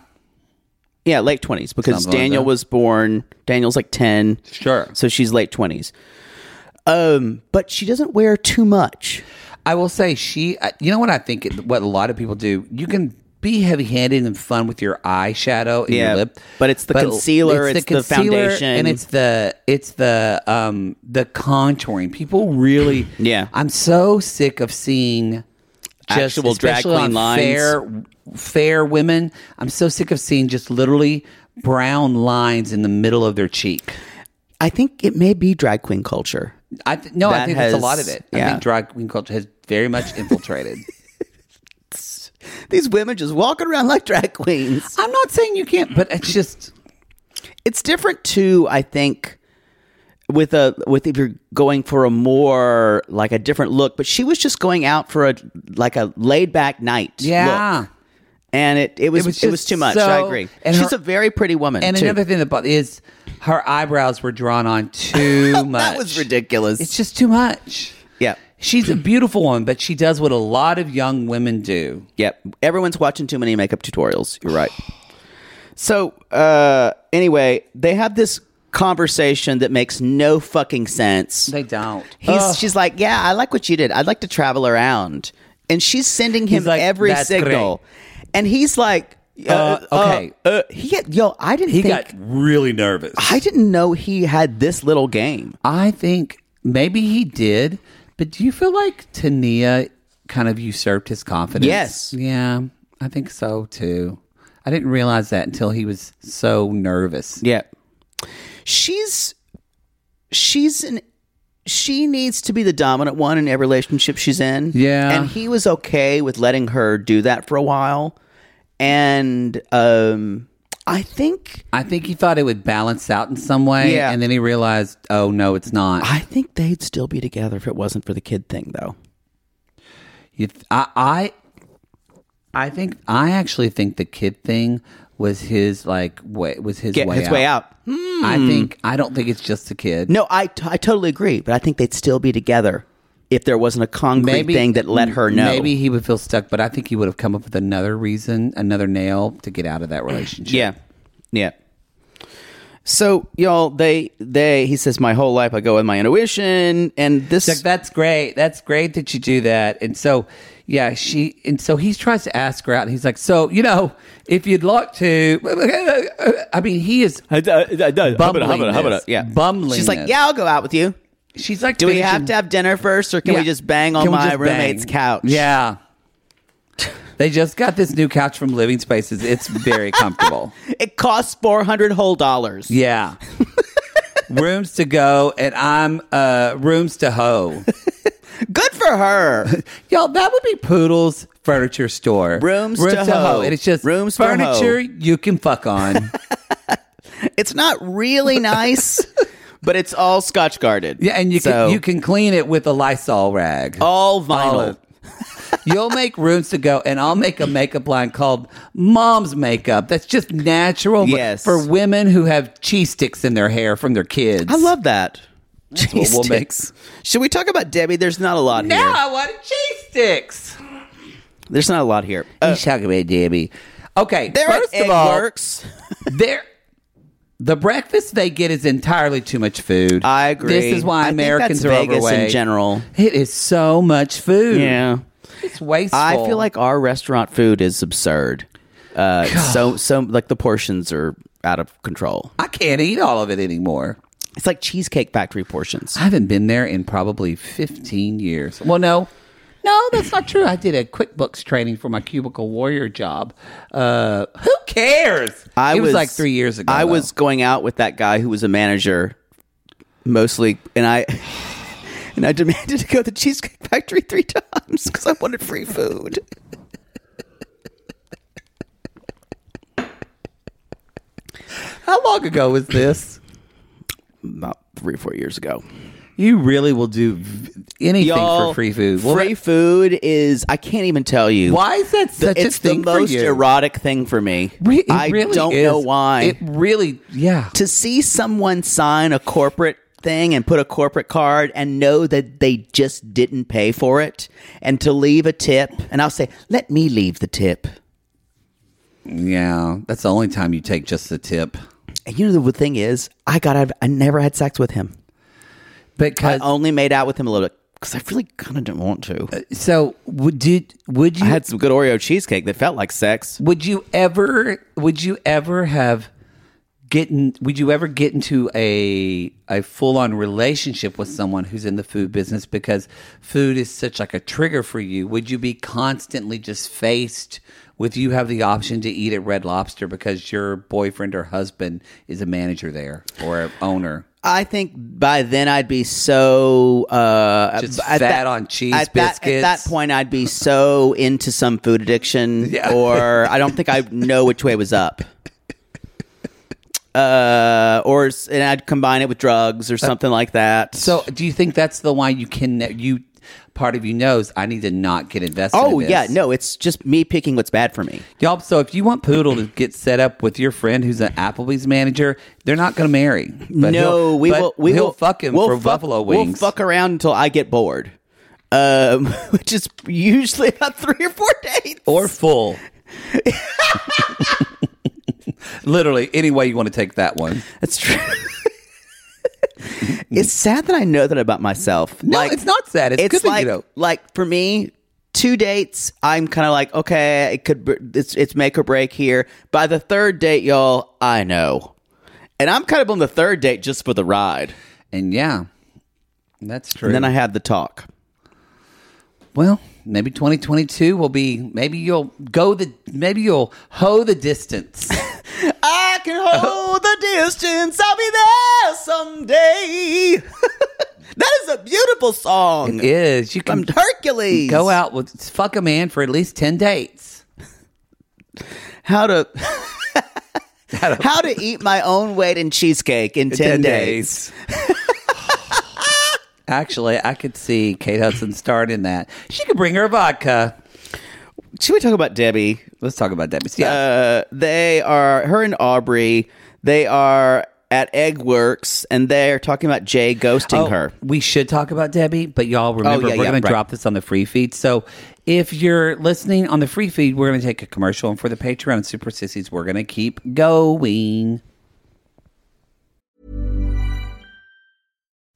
[SPEAKER 3] Yeah, late twenties because
[SPEAKER 2] Something like
[SPEAKER 3] Daniel
[SPEAKER 2] that.
[SPEAKER 3] was born. Daniel's like ten.
[SPEAKER 2] Sure.
[SPEAKER 3] So she's late twenties. Um, but she doesn't wear too much.
[SPEAKER 2] I will say she. I- You know what I think? it- What a lot of people do. You can be heavy-handed and fun with your eyeshadow and
[SPEAKER 3] Yeah,
[SPEAKER 2] your lip,
[SPEAKER 3] but it's the concealer, it's the foundation.
[SPEAKER 2] and it's the it's the um the contouring. People really.
[SPEAKER 3] Yeah.
[SPEAKER 2] I'm so sick of seeing just
[SPEAKER 3] Actual drag
[SPEAKER 2] especially
[SPEAKER 3] queen
[SPEAKER 2] on
[SPEAKER 3] lines.
[SPEAKER 2] Fair, fair women. I'm so sick of seeing just literally brown lines in the middle of their cheek.
[SPEAKER 3] I think it may be drag queen culture.
[SPEAKER 2] I th- no, I
[SPEAKER 3] That
[SPEAKER 2] think that's
[SPEAKER 3] has-
[SPEAKER 2] a lot of it. I
[SPEAKER 3] yeah.
[SPEAKER 2] think drag queen culture has very much infiltrated.
[SPEAKER 3] These women just walking around like drag queens.
[SPEAKER 2] I'm not saying you can't, but it's just
[SPEAKER 3] it's different too i think with a with if you're going for a more like a different look but she was just going out for a like a laid back night
[SPEAKER 2] yeah.
[SPEAKER 3] look. and it it was it
[SPEAKER 2] was
[SPEAKER 3] was,
[SPEAKER 2] just
[SPEAKER 3] too much
[SPEAKER 2] so-
[SPEAKER 3] i agree
[SPEAKER 2] and
[SPEAKER 3] she's
[SPEAKER 2] her-
[SPEAKER 3] a very pretty woman
[SPEAKER 2] And
[SPEAKER 3] too.
[SPEAKER 2] another thing that bo- is her eyebrows were drawn on too much.
[SPEAKER 3] that was ridiculous
[SPEAKER 2] It's just too much.
[SPEAKER 3] yep
[SPEAKER 2] She's a beautiful woman, but she does what a lot of young women do.
[SPEAKER 3] yep everyone's watching too many makeup tutorials you're right so uh anyway they have this conversation that makes no fucking sense
[SPEAKER 2] They don't. Oh,
[SPEAKER 3] He's she's like, yeah, I like what you did. I'd like to travel around, and she's sending him
[SPEAKER 2] He's like,
[SPEAKER 3] every
[SPEAKER 2] "That's
[SPEAKER 3] signal, and he's like, uh,
[SPEAKER 2] Uh, okay.
[SPEAKER 3] uh, uh, he had, yo, I didn't
[SPEAKER 2] He
[SPEAKER 3] think,
[SPEAKER 2] got really nervous.
[SPEAKER 3] I didn't know he had this little game.
[SPEAKER 2] I think maybe he did, but do you feel like Tania kind of usurped his confidence?
[SPEAKER 3] Yes.
[SPEAKER 2] Yeah, I think so too. I didn't realize that until he was so nervous.
[SPEAKER 3] Yeah, she's she's an she needs to be the dominant one in every relationship she's in.
[SPEAKER 2] Yeah.
[SPEAKER 3] and he was okay with letting her do that for a while, and um, I think.
[SPEAKER 2] I think he thought it would balance out in some way,
[SPEAKER 3] Yeah.
[SPEAKER 2] and then he realized, oh no, it's not.
[SPEAKER 3] I think they'd still be together if it wasn't for the kid thing, though.
[SPEAKER 2] You th- I, I, I think I actually think the kid thing was his like way was his
[SPEAKER 3] Get
[SPEAKER 2] way
[SPEAKER 3] his
[SPEAKER 2] out.
[SPEAKER 3] way out. Hmm.
[SPEAKER 2] I think I don't think it's just the kid.
[SPEAKER 3] No, I, t- I totally agree, but I think they'd still be together if there wasn't a concrete thing that let her know.
[SPEAKER 2] Maybe he would feel stuck, but I think he would have come up with another reason, another nail to get out of that relationship.
[SPEAKER 3] Yeah. Yeah. So y'all, they they he says, my whole life I go with my intuition, and this
[SPEAKER 2] She's like, that's great. That's great that you do that. And so, yeah, she, and so he tries to ask her out. And he's like, so, you know, if you'd like to, I mean, he is bumbling.
[SPEAKER 3] bumbling
[SPEAKER 2] this,
[SPEAKER 3] this.
[SPEAKER 2] Bumbling.
[SPEAKER 3] She's like,
[SPEAKER 2] this.
[SPEAKER 3] yeah, I'll go out with you.
[SPEAKER 2] She's like,
[SPEAKER 3] Do we
[SPEAKER 2] finishing-
[SPEAKER 3] have to have dinner first, or can we
[SPEAKER 2] Yeah.
[SPEAKER 3] just bang on
[SPEAKER 2] Can we
[SPEAKER 3] my
[SPEAKER 2] just bang?
[SPEAKER 3] roommate's couch?
[SPEAKER 2] Yeah. They just got this new couch from Living Spaces. It's very comfortable.
[SPEAKER 3] It costs four hundred whole dollars.
[SPEAKER 2] Yeah. rooms to go, and I'm uh, rooms to hoe.
[SPEAKER 3] Good for her.
[SPEAKER 2] Y'all, that would be Poodle's furniture store.
[SPEAKER 3] Rooms to hoe.
[SPEAKER 2] And it's just
[SPEAKER 3] Rooms to hoe.
[SPEAKER 2] furniture you can fuck on.
[SPEAKER 3] it's not really nice, but it's all scotch guarded.
[SPEAKER 2] yeah, and you
[SPEAKER 3] So, Oh.
[SPEAKER 2] can you can clean it with a Lysol rag.
[SPEAKER 3] all vinyl.
[SPEAKER 2] You'll make rooms to go, and I'll make a makeup line called Mom's Makeup. That's just natural but
[SPEAKER 3] Yes.
[SPEAKER 2] for women who have cheese sticks in their hair from their kids.
[SPEAKER 3] I love that.
[SPEAKER 2] what
[SPEAKER 3] Cheese
[SPEAKER 2] we'll make.
[SPEAKER 3] sticks. Should we talk about Debbie? There's not a lot
[SPEAKER 2] Now
[SPEAKER 3] here.
[SPEAKER 2] I want cheese sticks.
[SPEAKER 3] There's not a lot here.
[SPEAKER 2] He's talking about Debbie. Okay,
[SPEAKER 3] There are
[SPEAKER 2] first of
[SPEAKER 3] Uh. egg
[SPEAKER 2] all,
[SPEAKER 3] works.
[SPEAKER 2] there the breakfast they get is entirely too much food.
[SPEAKER 3] I agree.
[SPEAKER 2] This is why
[SPEAKER 3] I think
[SPEAKER 2] Americans
[SPEAKER 3] that's
[SPEAKER 2] are
[SPEAKER 3] Vegas in
[SPEAKER 2] overweight
[SPEAKER 3] general.
[SPEAKER 2] It is so much food.
[SPEAKER 3] Yeah.
[SPEAKER 2] it's wasteful.
[SPEAKER 3] I feel like our restaurant food is absurd. Uh, so so like the portions are out of control.
[SPEAKER 2] I can't eat all of it anymore.
[SPEAKER 3] It's like cheesecake factory portions.
[SPEAKER 2] I haven't been there in probably fifteen years. Well, no. No, that's not true. I did a QuickBooks training for my cubicle warrior job. Uh, who cares?
[SPEAKER 3] I
[SPEAKER 2] it was, like three years ago.
[SPEAKER 3] I
[SPEAKER 2] though.
[SPEAKER 3] was going out with that guy who was a manager, mostly, and I and I demanded to go to the Cheesecake Factory three times because I wanted free food.
[SPEAKER 2] How long ago was this?
[SPEAKER 3] About three or four years ago.
[SPEAKER 2] You really will do v- anything
[SPEAKER 3] Y'all,
[SPEAKER 2] for free food. Well,
[SPEAKER 3] free food is I can't even tell you
[SPEAKER 2] Why is that
[SPEAKER 3] The-
[SPEAKER 2] such
[SPEAKER 3] it's
[SPEAKER 2] a thing
[SPEAKER 3] the most
[SPEAKER 2] for you?
[SPEAKER 3] erotic thing for me.
[SPEAKER 2] Re- it
[SPEAKER 3] I
[SPEAKER 2] really
[SPEAKER 3] don't
[SPEAKER 2] is.
[SPEAKER 3] know why.
[SPEAKER 2] It really, yeah.
[SPEAKER 3] to see someone sign a corporate thing and put a corporate card and know that they just didn't pay for it and to leave a tip and I'll say, let me leave the tip.
[SPEAKER 2] Yeah, that's the only time you take just the tip.
[SPEAKER 3] And you know the thing is, I got out of, I never had sex with him. I
[SPEAKER 2] Because
[SPEAKER 3] only made out with him a little bit because I really kind of didn't want to.
[SPEAKER 2] Uh, so would did would you
[SPEAKER 3] I had some good Oreo cheesecake that felt like sex.
[SPEAKER 2] would you ever would you ever have getting would you ever get into a a full on relationship with someone who's in the food business because food is such like a trigger for you? Would you be constantly just faced with you have the option to eat at Red Lobster because your boyfriend or husband is a manager there or an owner?
[SPEAKER 3] I think by then I'd be so uh,
[SPEAKER 2] Just
[SPEAKER 3] at
[SPEAKER 2] fat
[SPEAKER 3] that-
[SPEAKER 2] on cheese
[SPEAKER 3] at
[SPEAKER 2] biscuits.
[SPEAKER 3] That, at that point, I'd be so into some food addiction,
[SPEAKER 2] Yeah.
[SPEAKER 3] or I don't think I know which way was up. Uh, or s- and I'd combine it with drugs or something like that.
[SPEAKER 2] So, do you think that's the why you can you part of you knows I need to not get invested? in
[SPEAKER 3] oh
[SPEAKER 2] this.
[SPEAKER 3] yeah, no, it's just me picking what's bad for me.
[SPEAKER 2] y'all. So, if you want Poodle to get set up with your friend who's an Applebee's manager, they're not going to marry.
[SPEAKER 3] no,
[SPEAKER 2] But he'll-
[SPEAKER 3] we
[SPEAKER 2] but
[SPEAKER 3] will. We
[SPEAKER 2] he'll
[SPEAKER 3] will
[SPEAKER 2] fuck him
[SPEAKER 3] we'll
[SPEAKER 2] for
[SPEAKER 3] fuck-
[SPEAKER 2] buffalo wings.
[SPEAKER 3] We'll fuck around until I get bored, um, which is usually about three or four days.
[SPEAKER 2] or full. Literally, any way you want to take that one.
[SPEAKER 3] That's true. it's sad that I know that about myself.
[SPEAKER 2] No, it's not sad. It's good that you
[SPEAKER 3] like,
[SPEAKER 2] know.
[SPEAKER 3] Like for me, two dates, I'm kind of like, okay, it could, br- it's, it's make or break here. By the third date, y'all, I know. And I'm kind of on the third date just for the ride.
[SPEAKER 2] And yeah, that's true.
[SPEAKER 3] And then I have the talk.
[SPEAKER 2] Well, maybe 2022 will be. Maybe you'll go the. Maybe you'll hoe the distance.
[SPEAKER 3] I can hold the distance. I'll be there someday. that is a beautiful song.
[SPEAKER 2] is you
[SPEAKER 3] From
[SPEAKER 2] can
[SPEAKER 3] Hercules.
[SPEAKER 2] go out with fuck a man for at least 10 dates
[SPEAKER 3] how to how to eat my own weight in cheesecake in 10, days.
[SPEAKER 2] actually i could see kate hudson starting that she could bring her vodka
[SPEAKER 3] Should we talk about Debbie?
[SPEAKER 2] let's talk about that yeah
[SPEAKER 3] Uh, they are her and Aubrey. They are at Egg Works, and they're talking about Jay ghosting
[SPEAKER 2] Oh,
[SPEAKER 3] her.
[SPEAKER 2] we should talk about debbie but y'all remember
[SPEAKER 3] Oh, yeah,
[SPEAKER 2] we're
[SPEAKER 3] yeah,
[SPEAKER 2] gonna
[SPEAKER 3] right.
[SPEAKER 2] drop this on the free feed so if you're listening on the free feed we're gonna take a commercial and for the patreon and super sissies we're gonna keep going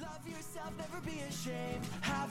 [SPEAKER 5] Love yourself, never be ashamed. Have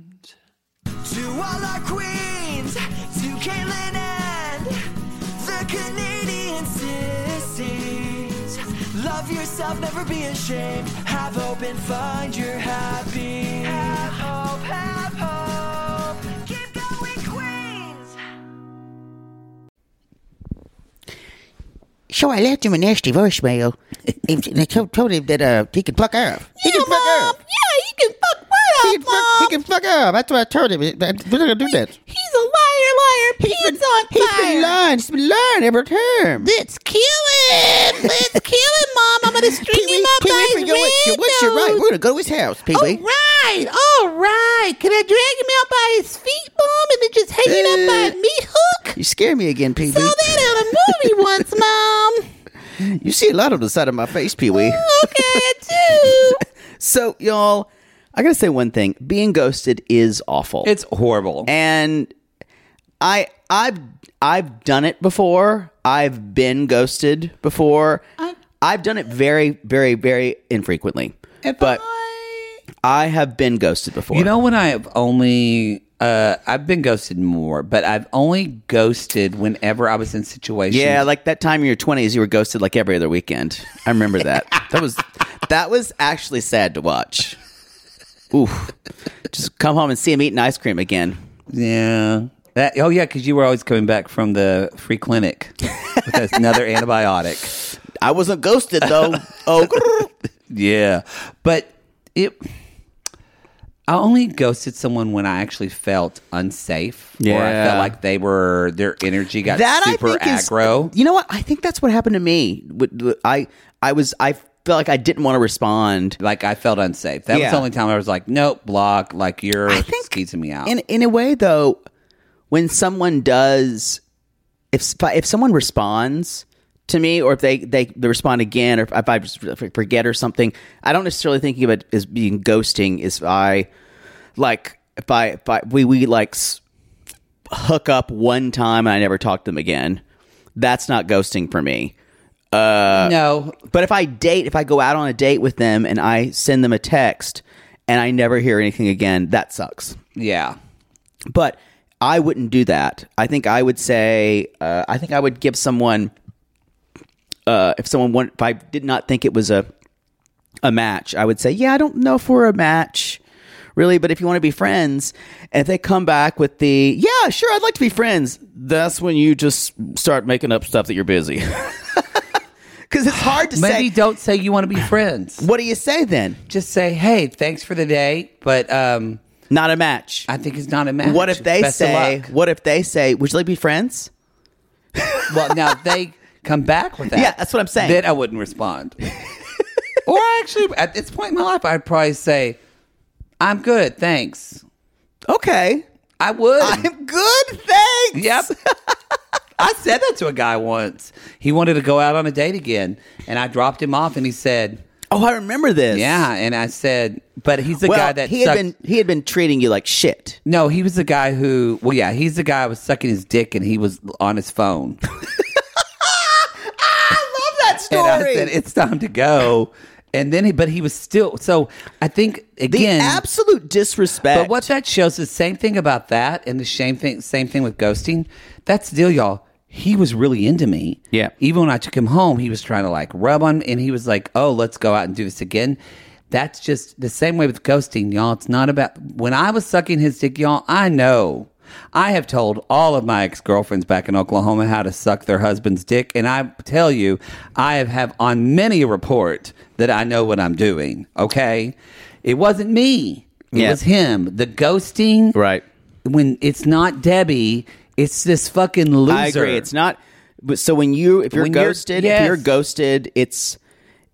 [SPEAKER 5] To all our queens, to Caitlin and the Canadian sissies. Love yourself, never be ashamed. Have hope and find your happy. Have hope, have hope. Keep going, Queens.
[SPEAKER 3] So I left him a nasty voicemail and and I told told him that uh, he could fuck off. He can fuck off.
[SPEAKER 6] Yeah, he can fuck
[SPEAKER 3] He can fuck, he can fuck off. That's what I told him. I'm not gonna do that.
[SPEAKER 6] He's a liar, liar. Pants on
[SPEAKER 3] He's been lying. He's been lying every time.
[SPEAKER 6] Let's kill him. Let's kill him, Mom. I'm gonna string him up by his
[SPEAKER 3] Pee-wee, what's, what's your right?
[SPEAKER 6] nose.
[SPEAKER 3] We're gonna go to his house, Pee Wee.
[SPEAKER 6] All right, all right. Can I drag him out by his feet, Mom, and then just hang it up
[SPEAKER 5] Uh,
[SPEAKER 6] by a meat hook?
[SPEAKER 3] Uh, You scare me again, Pee Wee.
[SPEAKER 6] Saw that on a movie once, Mom.
[SPEAKER 3] You see a lot on the side of my face, Pee Wee.
[SPEAKER 6] Okay, I do.
[SPEAKER 3] So, y'all, I gotta say one thing: being ghosted is awful.
[SPEAKER 7] It's horrible.
[SPEAKER 3] and I I've I've done it before. I've been ghosted before. I, have done it very very very infrequently. But I have been ghosted before.
[SPEAKER 2] You know when I have only uh, I've been ghosted more, but I've only ghosted whenever I was in situations.
[SPEAKER 3] Yeah, like that time in your twenties, you were ghosted like every other weekend. I remember that. that was that was actually sad to watch. Oof! Just come home and see him eating ice cream again.
[SPEAKER 2] yeah. That, oh yeah, because you were always coming back from the free clinic with another antibiotic.
[SPEAKER 3] I wasn't ghosted though. oh,
[SPEAKER 2] Yeah, but it. I only ghosted someone when I actually felt unsafe, or I
[SPEAKER 3] Yeah.
[SPEAKER 2] felt like they were their energy got super aggro.
[SPEAKER 3] Is, you know what? I think that's what happened to me. With- I I was I felt like I didn't want to respond.
[SPEAKER 2] like I felt unsafe. That was
[SPEAKER 3] Yeah.
[SPEAKER 2] the only time I was like, nope, block. Like you're
[SPEAKER 3] I think
[SPEAKER 2] skeezing me out.
[SPEAKER 3] In in a way though, when someone does, if s- if someone responds to me, or if they they, they respond again, or if I just forget or something, I don't necessarily think of it as being ghosting. Is if I like if I if I we we like s- hook up one time and I never talk to them again. That's not ghosting for me.
[SPEAKER 2] Uh, no,
[SPEAKER 3] But if I date, if I go out on a date with them and I send them a text and I never hear anything again, that sucks.
[SPEAKER 2] yeah,
[SPEAKER 3] But I wouldn't do that. I think I would say, uh, I think I would give someone, uh, if someone, want, if I did not think it was a, a match, I would say, yeah, I don't know if we're a match really, but if you want to be friends and if they come back with the, yeah, sure, I'd like to be friends. That's when you just start making up stuff that you're busy. Cause it's hard to
[SPEAKER 2] maybe
[SPEAKER 3] say.
[SPEAKER 2] don't say you want to be friends.
[SPEAKER 3] What do you say then?
[SPEAKER 2] Just say, hey, thanks for the day, but um,
[SPEAKER 3] Not a match.
[SPEAKER 2] I think it's not a match.
[SPEAKER 3] What if they
[SPEAKER 2] Best of
[SPEAKER 3] say?
[SPEAKER 2] luck.
[SPEAKER 3] What if they say? Would you like to be friends?
[SPEAKER 2] well, now if they come back with that.
[SPEAKER 3] Yeah, that's what I'm saying.
[SPEAKER 2] Then I wouldn't respond. or actually, at this point in my life, I'd probably say, I'm good, thanks.
[SPEAKER 3] Okay,
[SPEAKER 2] I would.
[SPEAKER 3] I'm good. Thanks.
[SPEAKER 2] Yep. I said that to a guy once. He wanted to go out on a date again, and I dropped him off, and he said,
[SPEAKER 3] Oh, I remember this.
[SPEAKER 2] "Yeah." And I said, "But he's the
[SPEAKER 3] well,
[SPEAKER 2] guy that
[SPEAKER 3] he had
[SPEAKER 2] sucked-
[SPEAKER 3] been he had been treating you like shit.
[SPEAKER 2] no, he was the guy who. Well, yeah, he's the guy who was sucking his dick, and he was on his phone.
[SPEAKER 3] Love that
[SPEAKER 2] and I said, "It's time to go." And then, he, but he was still. So I think
[SPEAKER 3] the
[SPEAKER 2] again,
[SPEAKER 3] absolute disrespect.
[SPEAKER 2] But what that shows the same thing about that and the same thing same thing with ghosting. That's the deal, y'all. He was really into me.
[SPEAKER 3] Yeah.
[SPEAKER 2] Even when I took him home, he was trying to like rub on and he was like, Oh, let's go out and do this again. That's just the same way with ghosting, y'all. It's not about when I was sucking his dick, y'all, I know. I have told all of my ex girlfriends back in Oklahoma how to suck their husband's dick, and I tell you, I have, have on many a report that I know what I'm doing. Okay, it wasn't me; it
[SPEAKER 3] Yeah.
[SPEAKER 2] was him. The ghosting,
[SPEAKER 3] Right.
[SPEAKER 2] When it's not Debbie, it's this fucking loser.
[SPEAKER 3] I agree. It's not. But so when you if you're
[SPEAKER 2] When you're-
[SPEAKER 3] ghosted,
[SPEAKER 2] yes.
[SPEAKER 3] if you're ghosted, it's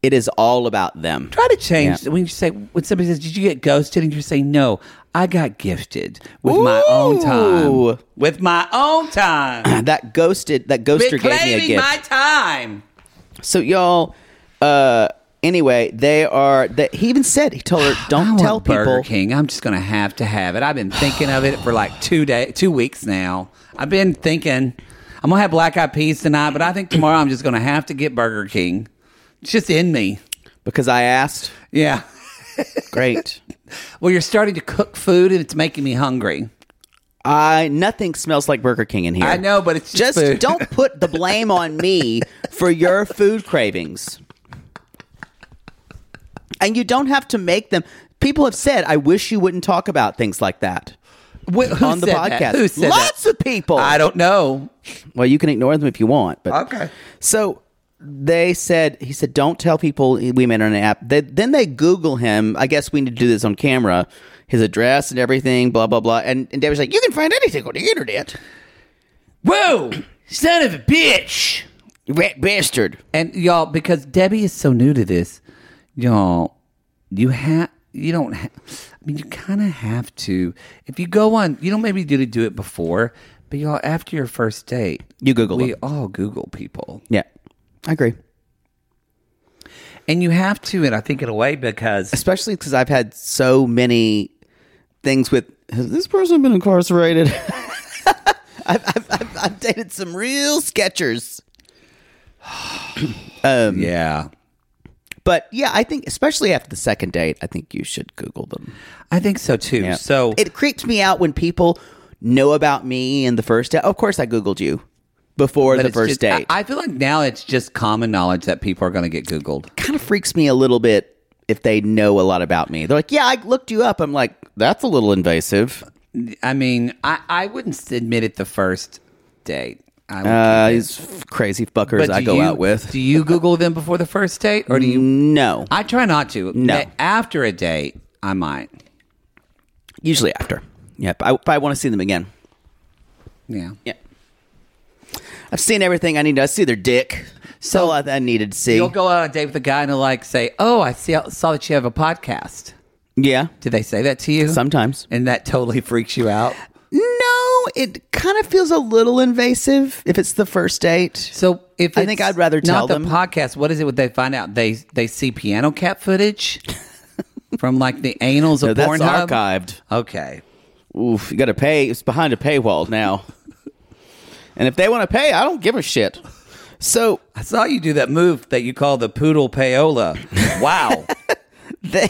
[SPEAKER 3] it is all about them.
[SPEAKER 2] Try to change when you say when somebody says, "Did you get ghosted?" and you say, "No, I got gifted with my own
[SPEAKER 3] Ooh.
[SPEAKER 2] time, with my own time,
[SPEAKER 3] That ghosted that ghoster gave me a
[SPEAKER 2] reclaiming
[SPEAKER 3] gift.
[SPEAKER 2] my time."
[SPEAKER 3] So y'all, uh, anyway, they are. That he even said he told her,
[SPEAKER 2] I
[SPEAKER 3] "Don't
[SPEAKER 2] want
[SPEAKER 3] tell
[SPEAKER 2] Burger
[SPEAKER 3] people."
[SPEAKER 2] King. I'm just gonna have to have it. I've been thinking of it for like two day, two weeks now. I've been thinking I'm gonna have black eyed peas tonight, but I think tomorrow I'm just gonna have to get Burger King. It's just in me.
[SPEAKER 3] because I asked.
[SPEAKER 2] Yeah.
[SPEAKER 3] Great.
[SPEAKER 2] Well, you're starting to cook food and it's making me hungry.
[SPEAKER 3] I nothing smells like Burger King in here.
[SPEAKER 2] I know, but it's just,
[SPEAKER 3] Just
[SPEAKER 2] food.
[SPEAKER 3] don't put the blame on me for your food cravings. And you don't have to make them. People have said, "I wish you wouldn't talk about things like that."
[SPEAKER 2] Wh- who
[SPEAKER 3] on the
[SPEAKER 2] said
[SPEAKER 3] podcast.
[SPEAKER 2] that? Who said
[SPEAKER 3] Lots
[SPEAKER 2] that?
[SPEAKER 3] of people.
[SPEAKER 2] I don't Uh, know.
[SPEAKER 3] Well, you can ignore them if you want, but
[SPEAKER 2] Okay.
[SPEAKER 3] So they said, he said, don't tell people we met on an app. They, then they Google him. I guess we need to do this on camera. His address and everything, blah blah blah. And, and Debbie's like, you can find anything on the internet,
[SPEAKER 2] Whoa, son of a bitch.
[SPEAKER 3] you rat bastard.
[SPEAKER 2] And y'all, because Debbie is so new to this, y'all, you have you don't. Ha- I mean, you kind of have to. If you go on, you don't maybe do to do it before, but y'all after your first date,
[SPEAKER 3] You Google
[SPEAKER 2] we
[SPEAKER 3] them.
[SPEAKER 2] all Google people,
[SPEAKER 3] Yeah, I agree.
[SPEAKER 2] and you have to. And I think in a way because
[SPEAKER 3] Especially because I've had so many things with has this person been incarcerated? I've, I've, I've, I've dated some real sketchers. um,
[SPEAKER 2] Yeah.
[SPEAKER 3] But yeah, I think, especially after the second date, I think you should Google them.
[SPEAKER 2] I think so too. So
[SPEAKER 3] it creeps me out when people know about me in the first date. Of course, I Googled you before
[SPEAKER 2] but
[SPEAKER 3] the
[SPEAKER 2] it's
[SPEAKER 3] first
[SPEAKER 2] just-
[SPEAKER 3] date.
[SPEAKER 2] I, I feel like now it's just common knowledge that people are going to get Googled.
[SPEAKER 3] kind of freaks me a little bit if they know a lot about me. They're like, "Yeah, I looked you up." I'm like, "That's a little invasive."
[SPEAKER 2] I mean, I, I wouldn't s- admit it the first date. I
[SPEAKER 3] Uh,
[SPEAKER 2] would admit-
[SPEAKER 3] these f- crazy fuckers
[SPEAKER 2] But
[SPEAKER 3] I
[SPEAKER 2] do
[SPEAKER 3] go
[SPEAKER 2] you-
[SPEAKER 3] out with.
[SPEAKER 2] Do you Google them before the first date, or do you?
[SPEAKER 3] no,
[SPEAKER 2] I try not to.
[SPEAKER 3] No.
[SPEAKER 2] A- After a date, I might.
[SPEAKER 3] usually after. Yep, I, but I want to see them again.
[SPEAKER 2] Yeah.
[SPEAKER 3] Yep. I've seen everything I need to. I see their dick. So I, I needed to see.
[SPEAKER 2] Oh. You'll go out on a date with a guy and he'll like say, "Oh, I see, saw that you have a podcast."
[SPEAKER 3] yeah,
[SPEAKER 2] Did they say that to you?
[SPEAKER 3] sometimes.
[SPEAKER 2] and that totally freaks you out.
[SPEAKER 3] No, it kind of feels a little invasive if it's the first date.
[SPEAKER 2] So if
[SPEAKER 3] I think
[SPEAKER 2] it's
[SPEAKER 3] I'd rather tell
[SPEAKER 2] not
[SPEAKER 3] them.
[SPEAKER 2] the podcast. What is it? What they find out? They they see piano cat footage from like the anals
[SPEAKER 3] No,
[SPEAKER 2] of
[SPEAKER 3] that's
[SPEAKER 2] Pornhub.
[SPEAKER 3] archived.
[SPEAKER 2] Okay,
[SPEAKER 3] Oof, you got to pay. It's behind a paywall now. and if they want to pay, I don't give a shit. So
[SPEAKER 2] I saw you do that move that you call the poodle payola. Wow,
[SPEAKER 3] they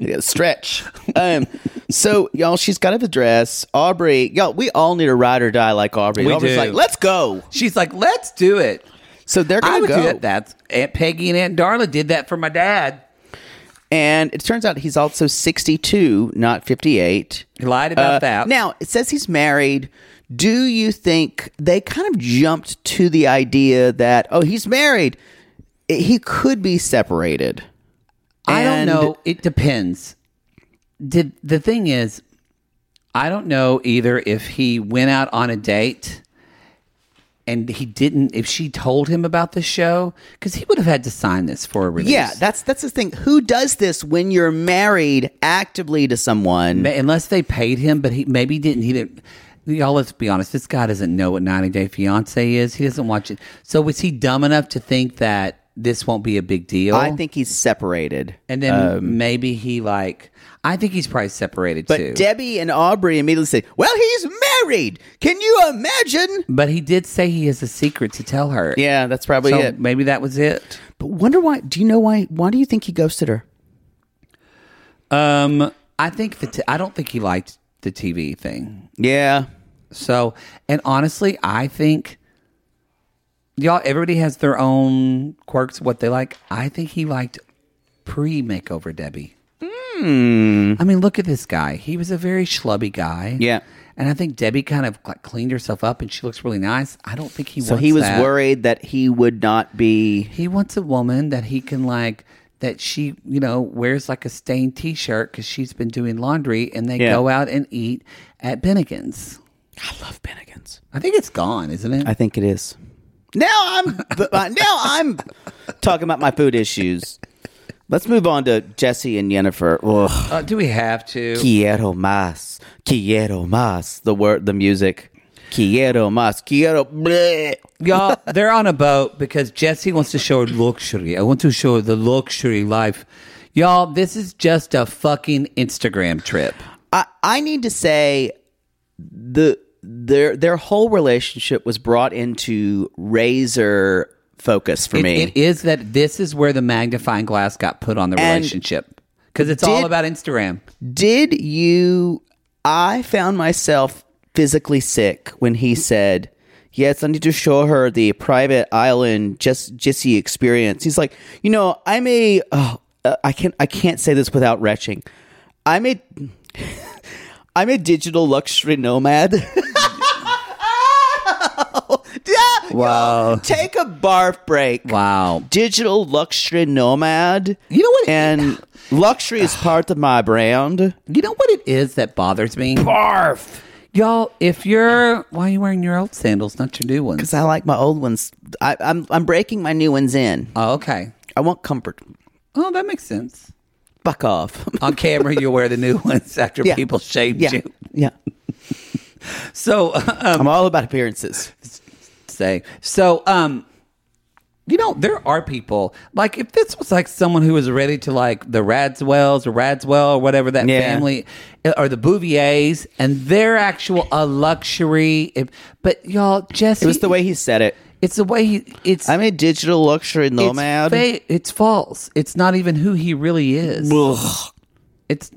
[SPEAKER 3] Yeah, stretch. Um, so y'all, she's got a dress. Aubrey, y'all, we all need a ride or die like Aubrey.
[SPEAKER 2] We
[SPEAKER 3] Aubrey's
[SPEAKER 2] do.
[SPEAKER 3] like, let's go.
[SPEAKER 2] she's like, let's do it.
[SPEAKER 3] So they're gonna
[SPEAKER 2] I would
[SPEAKER 3] go.
[SPEAKER 2] do it. That's Aunt Peggy and Aunt Darla did that for my dad.
[SPEAKER 3] And it turns out he's also sixty-two, not fifty-eight.
[SPEAKER 2] He lied about
[SPEAKER 3] Uh,
[SPEAKER 2] that.
[SPEAKER 3] Now it says he's married. Do you think they kind of jumped to the idea that oh he's married, I- he could be separated?
[SPEAKER 2] I don't
[SPEAKER 3] And-
[SPEAKER 2] know. It depends. Did the thing is, I don't know either if he went out on a date and he didn't. If she told him about the show, because he would have had to sign this for a release.
[SPEAKER 3] Yeah, that's that's the thing. Who does this when you're married actively to someone?
[SPEAKER 2] Ma- unless they paid him, but he maybe didn't. He didn't. Y'all, let's be honest. This guy doesn't know what 90 Day Fiance is. He doesn't watch it. So was he dumb enough to think that this won't be a big deal?
[SPEAKER 3] I think he's separated.
[SPEAKER 2] And then maybe he like. I think he's probably separated
[SPEAKER 3] But
[SPEAKER 2] too.
[SPEAKER 3] Debbie and Aubrey immediately say, "Well, he's married. Can you imagine?"
[SPEAKER 2] But he did say he has a secret to tell her.
[SPEAKER 3] Yeah, that's probably
[SPEAKER 2] so
[SPEAKER 3] it.
[SPEAKER 2] maybe that was it.
[SPEAKER 3] But wonder why? Do you know why? Why do you think he ghosted her?
[SPEAKER 2] Um, I think the t- I don't think he liked the TV thing.
[SPEAKER 3] Yeah,
[SPEAKER 2] So, and honestly, I think y'all everybody has their own quirks what they like. I think he liked pre makeover Debbie. Mm. I mean, look at this guy. He was a very schlubby guy.
[SPEAKER 3] Hmm. Yeah.
[SPEAKER 2] And I think Debbie kind of like cleaned herself up, and she looks really nice. I don't think he.
[SPEAKER 3] so
[SPEAKER 2] wants
[SPEAKER 3] he was
[SPEAKER 2] that.
[SPEAKER 3] worried that he would not be.
[SPEAKER 2] He wants a woman that he can like that she, you know, wears like a stained t-shirt cuz she's been doing laundry and they
[SPEAKER 3] Yeah.
[SPEAKER 2] go out and eat at Bennigan's.
[SPEAKER 3] I love Bennigan's.
[SPEAKER 2] I think it's gone, isn't it?
[SPEAKER 3] I think it is. Now I'm b- uh, now I'm talking about my food issues. Let's move on to Jesse and Jennifer. Ugh.
[SPEAKER 2] uh, do we have to?
[SPEAKER 3] Quiero más, quiero más. The word, the music. Quiero más, quiero. Bleh.
[SPEAKER 2] Y'all, they're on a boat because Jesse wants to show her luxury. I want to show her the luxury life. Y'all, this is just a fucking Instagram trip.
[SPEAKER 3] I I need to say the their their whole relationship was brought into razor focus for
[SPEAKER 2] It-
[SPEAKER 3] me.
[SPEAKER 2] it is that this is where the magnifying glass got put on the
[SPEAKER 3] And
[SPEAKER 2] relationship cuz it's all
[SPEAKER 3] did-
[SPEAKER 2] about Instagram.
[SPEAKER 3] Did you? I found myself physically sick when he said, "Yes, I need to show her the private island just Jissy experience." He's like, you know, I'm a. Oh, uh, I can't. I can't say this without retching. I'm a. I'm a digital luxury nomad.
[SPEAKER 2] Wow.
[SPEAKER 3] Take a barf break.
[SPEAKER 2] Wow.
[SPEAKER 3] Digital luxury nomad.
[SPEAKER 2] You know what-
[SPEAKER 3] And luxury is part of my brand.
[SPEAKER 2] You know what it is that bothers me?
[SPEAKER 3] Barf.
[SPEAKER 2] Y'all, if you're why are you wearing your old sandals, not your new ones?
[SPEAKER 3] Because I like my old ones. I, I'm I'm breaking my new ones in.
[SPEAKER 2] Oh, okay.
[SPEAKER 3] I want comfort.
[SPEAKER 2] Oh, that makes sense.
[SPEAKER 3] Fuck off.
[SPEAKER 2] On camera, you wear the new ones after
[SPEAKER 3] Yeah.
[SPEAKER 2] people shaved
[SPEAKER 3] yeah,
[SPEAKER 2] you.
[SPEAKER 3] yeah.
[SPEAKER 2] So, um,
[SPEAKER 3] I'm all about appearance.
[SPEAKER 2] say so. Um, You know, there are people like if this was like someone who was ready to like the Radswells or Radswell or whatever that
[SPEAKER 3] Yeah.
[SPEAKER 2] family uh, or the Bouviers and they're actual a luxury. If, but y'all, Jesse,
[SPEAKER 3] It was the way he said it.
[SPEAKER 2] it's the way he, it's
[SPEAKER 3] I'm a digital luxury nomad.
[SPEAKER 2] It's, fa- it's false. It's not even who he really is. It's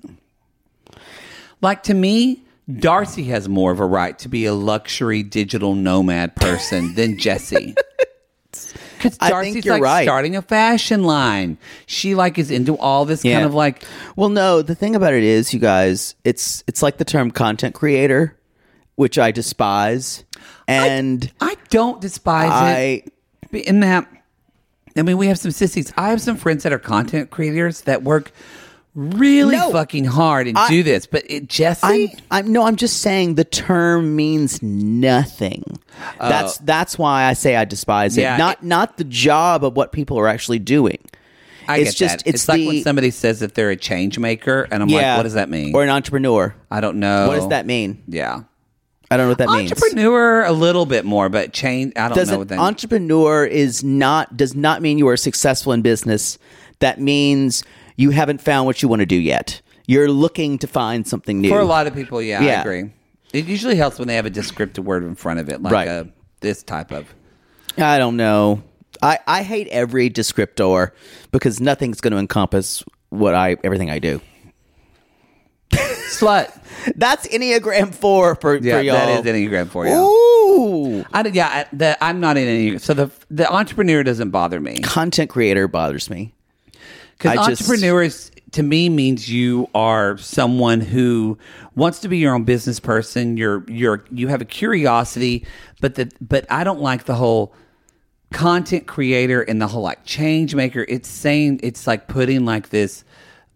[SPEAKER 2] like to me, Darcy has more of a right to be a luxury digital nomad person than Jesse. Because
[SPEAKER 3] I think
[SPEAKER 2] Darcy's
[SPEAKER 3] you're
[SPEAKER 2] like
[SPEAKER 3] right.
[SPEAKER 2] starting a fashion line. She like is into all this
[SPEAKER 3] Yeah.
[SPEAKER 2] kind of like
[SPEAKER 3] Well, no, the thing about it is, you guys, it's it's like the term content creator, which I despise, and
[SPEAKER 2] I don't despise
[SPEAKER 3] I,
[SPEAKER 2] it in that. I mean, we have some sissies. I have some friends that are content creators that work really
[SPEAKER 3] No.
[SPEAKER 2] fucking hard and
[SPEAKER 3] I-
[SPEAKER 2] do this. But it, Jesse,
[SPEAKER 3] I'm, I'm no, I'm just saying the term means nothing. That's that's why I say I despise it.
[SPEAKER 2] Oh. Yeah,
[SPEAKER 3] not
[SPEAKER 2] it-
[SPEAKER 3] not the job of what people are actually doing.
[SPEAKER 2] I
[SPEAKER 3] It's
[SPEAKER 2] get
[SPEAKER 3] just-
[SPEAKER 2] that.
[SPEAKER 3] it's
[SPEAKER 2] It's, like
[SPEAKER 3] the-
[SPEAKER 2] when somebody says that they're a change maker, and I'm like, what does that mean?
[SPEAKER 3] Or an entrepreneur.
[SPEAKER 2] I don't know.
[SPEAKER 3] What does that mean?
[SPEAKER 2] Yeah,
[SPEAKER 3] I don't know what that means.
[SPEAKER 2] entrepreneur a little bit more, but change. I don't
[SPEAKER 3] Does
[SPEAKER 2] know
[SPEAKER 3] it-
[SPEAKER 2] what that.
[SPEAKER 3] entrepreneur is not does not mean you are successful in business. That means you haven't found what you want to do yet. You're looking to find something new.
[SPEAKER 2] For a lot of people, yeah, I
[SPEAKER 3] Yeah.
[SPEAKER 2] agree. It usually helps when they have a descriptive word in front of it, like
[SPEAKER 3] Right.
[SPEAKER 2] a, this type of.
[SPEAKER 3] I don't know. I, I hate every descriptor because nothing's going to encompass what I everything I do.
[SPEAKER 2] Slut.
[SPEAKER 3] That's Enneagram four for,
[SPEAKER 2] Yeah,
[SPEAKER 3] for y'all.
[SPEAKER 2] that is Enneagram for you.
[SPEAKER 3] Ooh,
[SPEAKER 2] I, don't- yeah, I, the, I'm not in any. So the the entrepreneur doesn't bother me.
[SPEAKER 3] content creator bothers me.
[SPEAKER 2] Because
[SPEAKER 3] I just-
[SPEAKER 2] entrepreneurs to me means you are someone who wants to be your own business person. You're you're you have a curiosity, but the but I don't like the whole content creator and the whole like change maker. It's saying it's like putting like this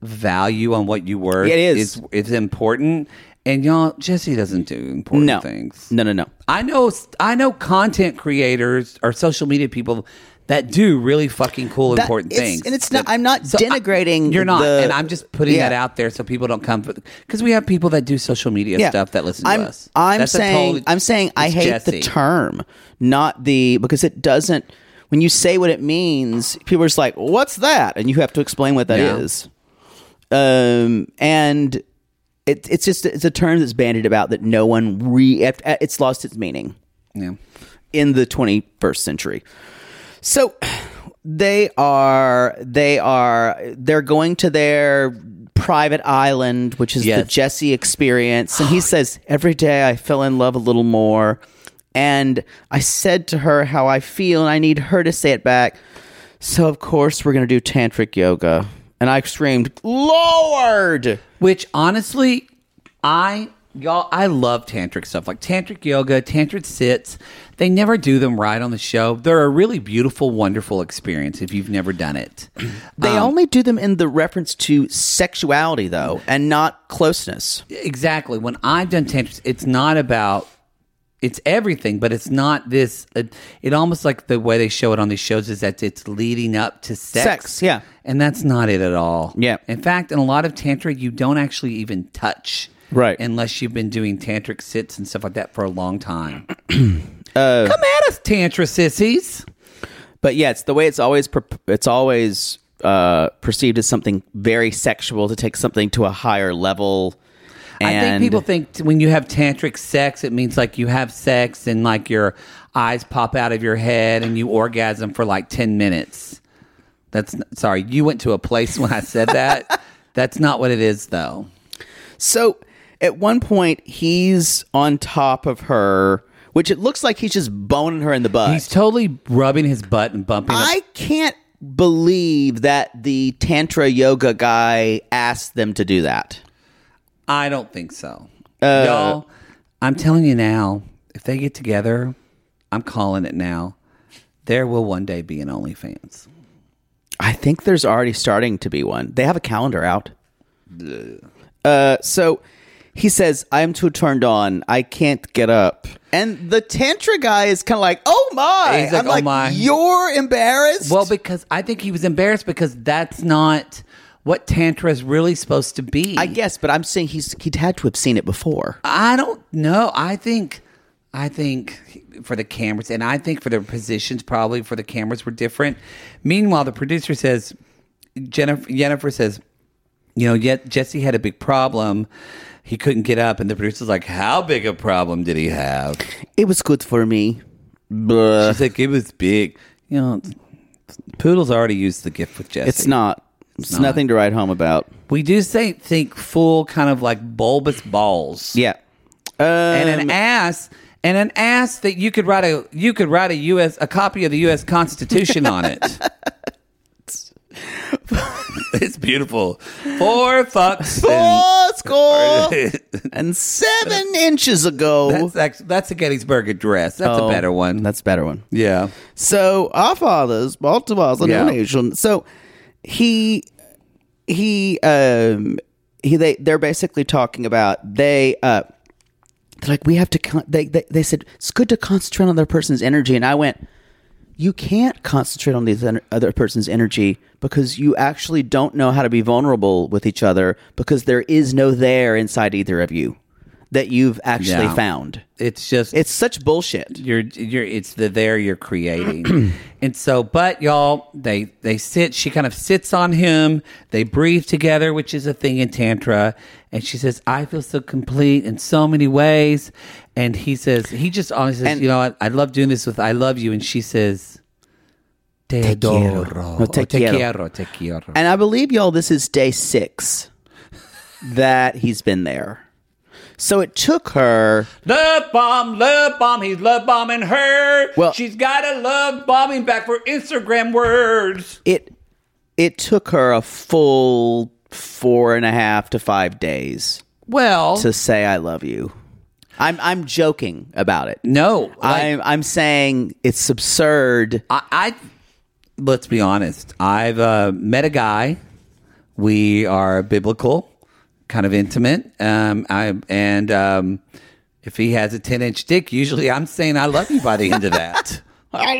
[SPEAKER 2] value on what you were.
[SPEAKER 3] It is.
[SPEAKER 2] It's, it's important. And y'all, Jesse doesn't do important
[SPEAKER 3] No,
[SPEAKER 2] things.
[SPEAKER 3] no, no, no.
[SPEAKER 2] I know I know content creators or social media people that do really fucking cool
[SPEAKER 3] That-
[SPEAKER 2] important
[SPEAKER 3] it's-
[SPEAKER 2] things.
[SPEAKER 3] and it's not-
[SPEAKER 2] That-
[SPEAKER 3] I'm not denigrating
[SPEAKER 2] you're not,
[SPEAKER 3] the-
[SPEAKER 2] and I'm just putting
[SPEAKER 3] Yeah.
[SPEAKER 2] that out there so people don't come because we have people that do social media
[SPEAKER 3] Yeah.
[SPEAKER 2] stuff that listen
[SPEAKER 3] I'm,
[SPEAKER 2] to us.
[SPEAKER 3] I'm
[SPEAKER 2] That's a
[SPEAKER 3] saying
[SPEAKER 2] total-
[SPEAKER 3] I'm saying I
[SPEAKER 2] it's
[SPEAKER 3] hate the
[SPEAKER 2] Jesse.
[SPEAKER 3] term, not the because it doesn't. When you say what it means, people are just like, "What's that?" and you have to explain what that
[SPEAKER 2] Yeah.
[SPEAKER 3] is. Um, and it, it's just it's a term that's bandied about that no one re it- it's lost its meaning
[SPEAKER 2] Yeah.
[SPEAKER 3] in the 21st century. So they are they are they're going to their private island, which is the
[SPEAKER 2] Yes.
[SPEAKER 3] Jesse experience. And he says, Every day I fell in love a little more. And I said to her how I feel, and I need her to say it back. So of course we're gonna do tantric yoga. And I screamed, Lord
[SPEAKER 2] Which honestly, I y'all I love tantric stuff like tantric yoga, tantric sits. They never do them right on the show. They're a really beautiful, wonderful experience if you've never done it.
[SPEAKER 3] They only do them in the reference to sexuality though, and not closeness.
[SPEAKER 2] exactly when i've done tantrics it's not about it's everything but it's not this it, it almost like the way they show it on these shows is that it's leading up to sex
[SPEAKER 3] Sex, yeah.
[SPEAKER 2] and that's not it at all
[SPEAKER 3] Yeah.
[SPEAKER 2] in fact in a lot of tantra you don't actually even touch
[SPEAKER 3] Right.
[SPEAKER 2] unless you've been doing tantric sits and stuff like that for a long time
[SPEAKER 3] Uh,
[SPEAKER 2] come at us tantra sissies
[SPEAKER 3] But yeah, it's the way it's always per- it's always uh, perceived as something very sexual to take something to a higher level.
[SPEAKER 2] I think
[SPEAKER 3] And-
[SPEAKER 2] people think t- when you have tantric sex, it means like you have sex and like your eyes pop out of your head and you orgasm for like 10 minutes. That's n- sorry, you went to a place when I said that. That's not what it is, though.
[SPEAKER 3] so. At one point, he's on top of her, which it looks like he's just boning her in the butt.
[SPEAKER 2] He's totally rubbing his butt and bumping. up-
[SPEAKER 3] I can't believe that the tantra yoga guy asked them to do that.
[SPEAKER 2] I don't think so.
[SPEAKER 3] Uh,
[SPEAKER 2] Y'all, I'm telling you now, if they get together, I'm calling it now. There will one day be an OnlyFans.
[SPEAKER 3] I think there's already starting to be one. They have a calendar out. Uh, so he says, I'm too turned on. I can't get up. And the Tantra guy is kind of like, oh my.
[SPEAKER 2] He's like,
[SPEAKER 3] I'm
[SPEAKER 2] "Oh
[SPEAKER 3] like,
[SPEAKER 2] my."
[SPEAKER 3] you're embarrassed?
[SPEAKER 2] Well, because I think he was embarrassed because that's not what tantra is really supposed to be.
[SPEAKER 3] I guess, but I'm saying he's he'd had to have seen it before.
[SPEAKER 2] I don't know. I think I think for the cameras, and I think for their positions, probably for the cameras were different. Meanwhile, the producer says, Jennifer, Jennifer says, you know, yet Jesse had a big problem. He couldn't get up, and the producer's like, "How big a problem did he have?"
[SPEAKER 3] It was good for me.
[SPEAKER 2] She's like, "It was big." You know, Poodle's already used the gift with Jesse.
[SPEAKER 3] It's not. It's, nothing to write home about.
[SPEAKER 2] We do say think full, kind of like bulbous balls.
[SPEAKER 3] Yeah. Um,
[SPEAKER 2] and an ass and an ass that you could write a you could write a US a copy of the US Constitution on it. it's beautiful. Four fucks. and-
[SPEAKER 3] four score and seven inches ago.
[SPEAKER 2] that's actually, that's a Gettysburg address. That's
[SPEAKER 3] Oh,
[SPEAKER 2] a better one.
[SPEAKER 3] That's a better one.
[SPEAKER 2] yeah.
[SPEAKER 3] So our fathers, Baltimore's a
[SPEAKER 2] Yeah.
[SPEAKER 3] nation. So he he um he they they're basically talking about they uh they're like we have to con- they, they they said it's good to concentrate on the other person's energy and I went you can't concentrate on the other- other person's energy because you actually don't know how to be vulnerable with each other because there is no there inside either of you that you've actually
[SPEAKER 2] Yeah.
[SPEAKER 3] found.
[SPEAKER 2] It's just
[SPEAKER 3] It's such bullshit.
[SPEAKER 2] you're you're it's the there you're creating and so but y'all they they sit she kind of sits on him they breathe together which is a thing in tantra and she says i feel so complete in so many ways and he says he just always says
[SPEAKER 3] And-
[SPEAKER 2] you know what i love doing this with i love you and she says te,
[SPEAKER 3] quiero.
[SPEAKER 2] adoro.
[SPEAKER 3] No, te
[SPEAKER 2] te
[SPEAKER 3] quiero.
[SPEAKER 2] quiero te quiero
[SPEAKER 3] And I believe y'all this is day 6 that he's been there. So it took her
[SPEAKER 2] Love bomb, love bomb, he's love bombing her.
[SPEAKER 3] Well-
[SPEAKER 2] She's got a love bombing back for Instagram words.
[SPEAKER 3] it it took her a full four and a half to five days
[SPEAKER 2] Well,
[SPEAKER 3] to say I love you. I'm I'm joking about it.
[SPEAKER 2] no, like-
[SPEAKER 3] I'm I'm saying it's absurd.
[SPEAKER 2] I, I let's be honest. I've uh, met a guy. We are biblical, kind of intimate. Um, I and um, if he has a ten inch dick, usually I'm saying I love you by the end of that.
[SPEAKER 3] I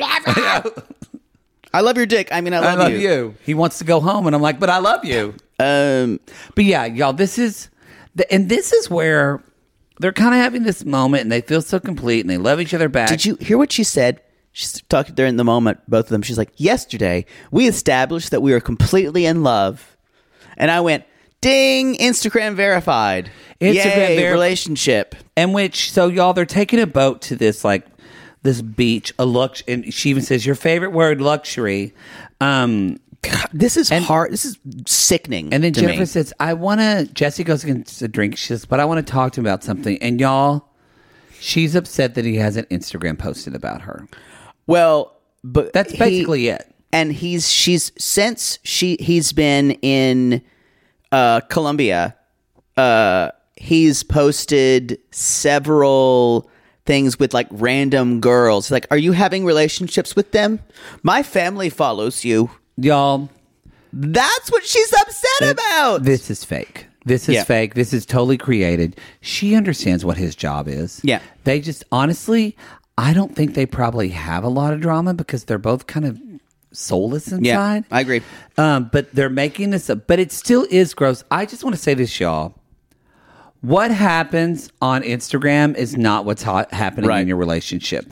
[SPEAKER 3] love your dick. I mean I
[SPEAKER 2] I
[SPEAKER 3] love,
[SPEAKER 2] love you. He wants to go home, and I'm like, but I love you.
[SPEAKER 3] Um
[SPEAKER 2] But yeah, y'all, this is, the, and this is where they're kind of having this moment, and they feel so complete, and they love each other back.
[SPEAKER 3] Did you hear what she said? She's talking during the moment, both of them. She's like, Yesterday, we established that we were completely in love. And I went, Ding, Instagram verified.
[SPEAKER 2] Instagram
[SPEAKER 3] Yay,
[SPEAKER 2] verif-
[SPEAKER 3] relationship.
[SPEAKER 2] And which, so y'all, they're taking a boat to this like this beach, a lux, and she even says your favorite word, luxury. Um,
[SPEAKER 3] This is hard. This is sickening.
[SPEAKER 2] and then
[SPEAKER 3] to
[SPEAKER 2] Jennifer
[SPEAKER 3] me.
[SPEAKER 2] says, "I want to." Jesse goes and gets a drink. She says, "But I want to talk to him about something." And y'all, she's upset that he has an Instagram posted about her.
[SPEAKER 3] Well, but
[SPEAKER 2] That's
[SPEAKER 3] he-
[SPEAKER 2] basically it.
[SPEAKER 3] And he's she's since she he's been in uh Colombia, uh he's posted several things with like random girls. Like, are you having relationships with them? My family follows you.
[SPEAKER 2] Y'all,
[SPEAKER 3] That's what she's upset about.
[SPEAKER 2] this is fake. This is
[SPEAKER 3] Yeah.
[SPEAKER 2] fake. This is totally created. She understands what his job is.
[SPEAKER 3] Yeah.
[SPEAKER 2] They just honestly, I don't think they probably have a lot of drama because they're both kind of soulless
[SPEAKER 3] yeah,
[SPEAKER 2] inside.
[SPEAKER 3] I agree.
[SPEAKER 2] Um, but they're making this up, but it still is gross. I just want to say this, y'all. What happens on Instagram is not what's ha- happening
[SPEAKER 3] Right.
[SPEAKER 2] in your relationship.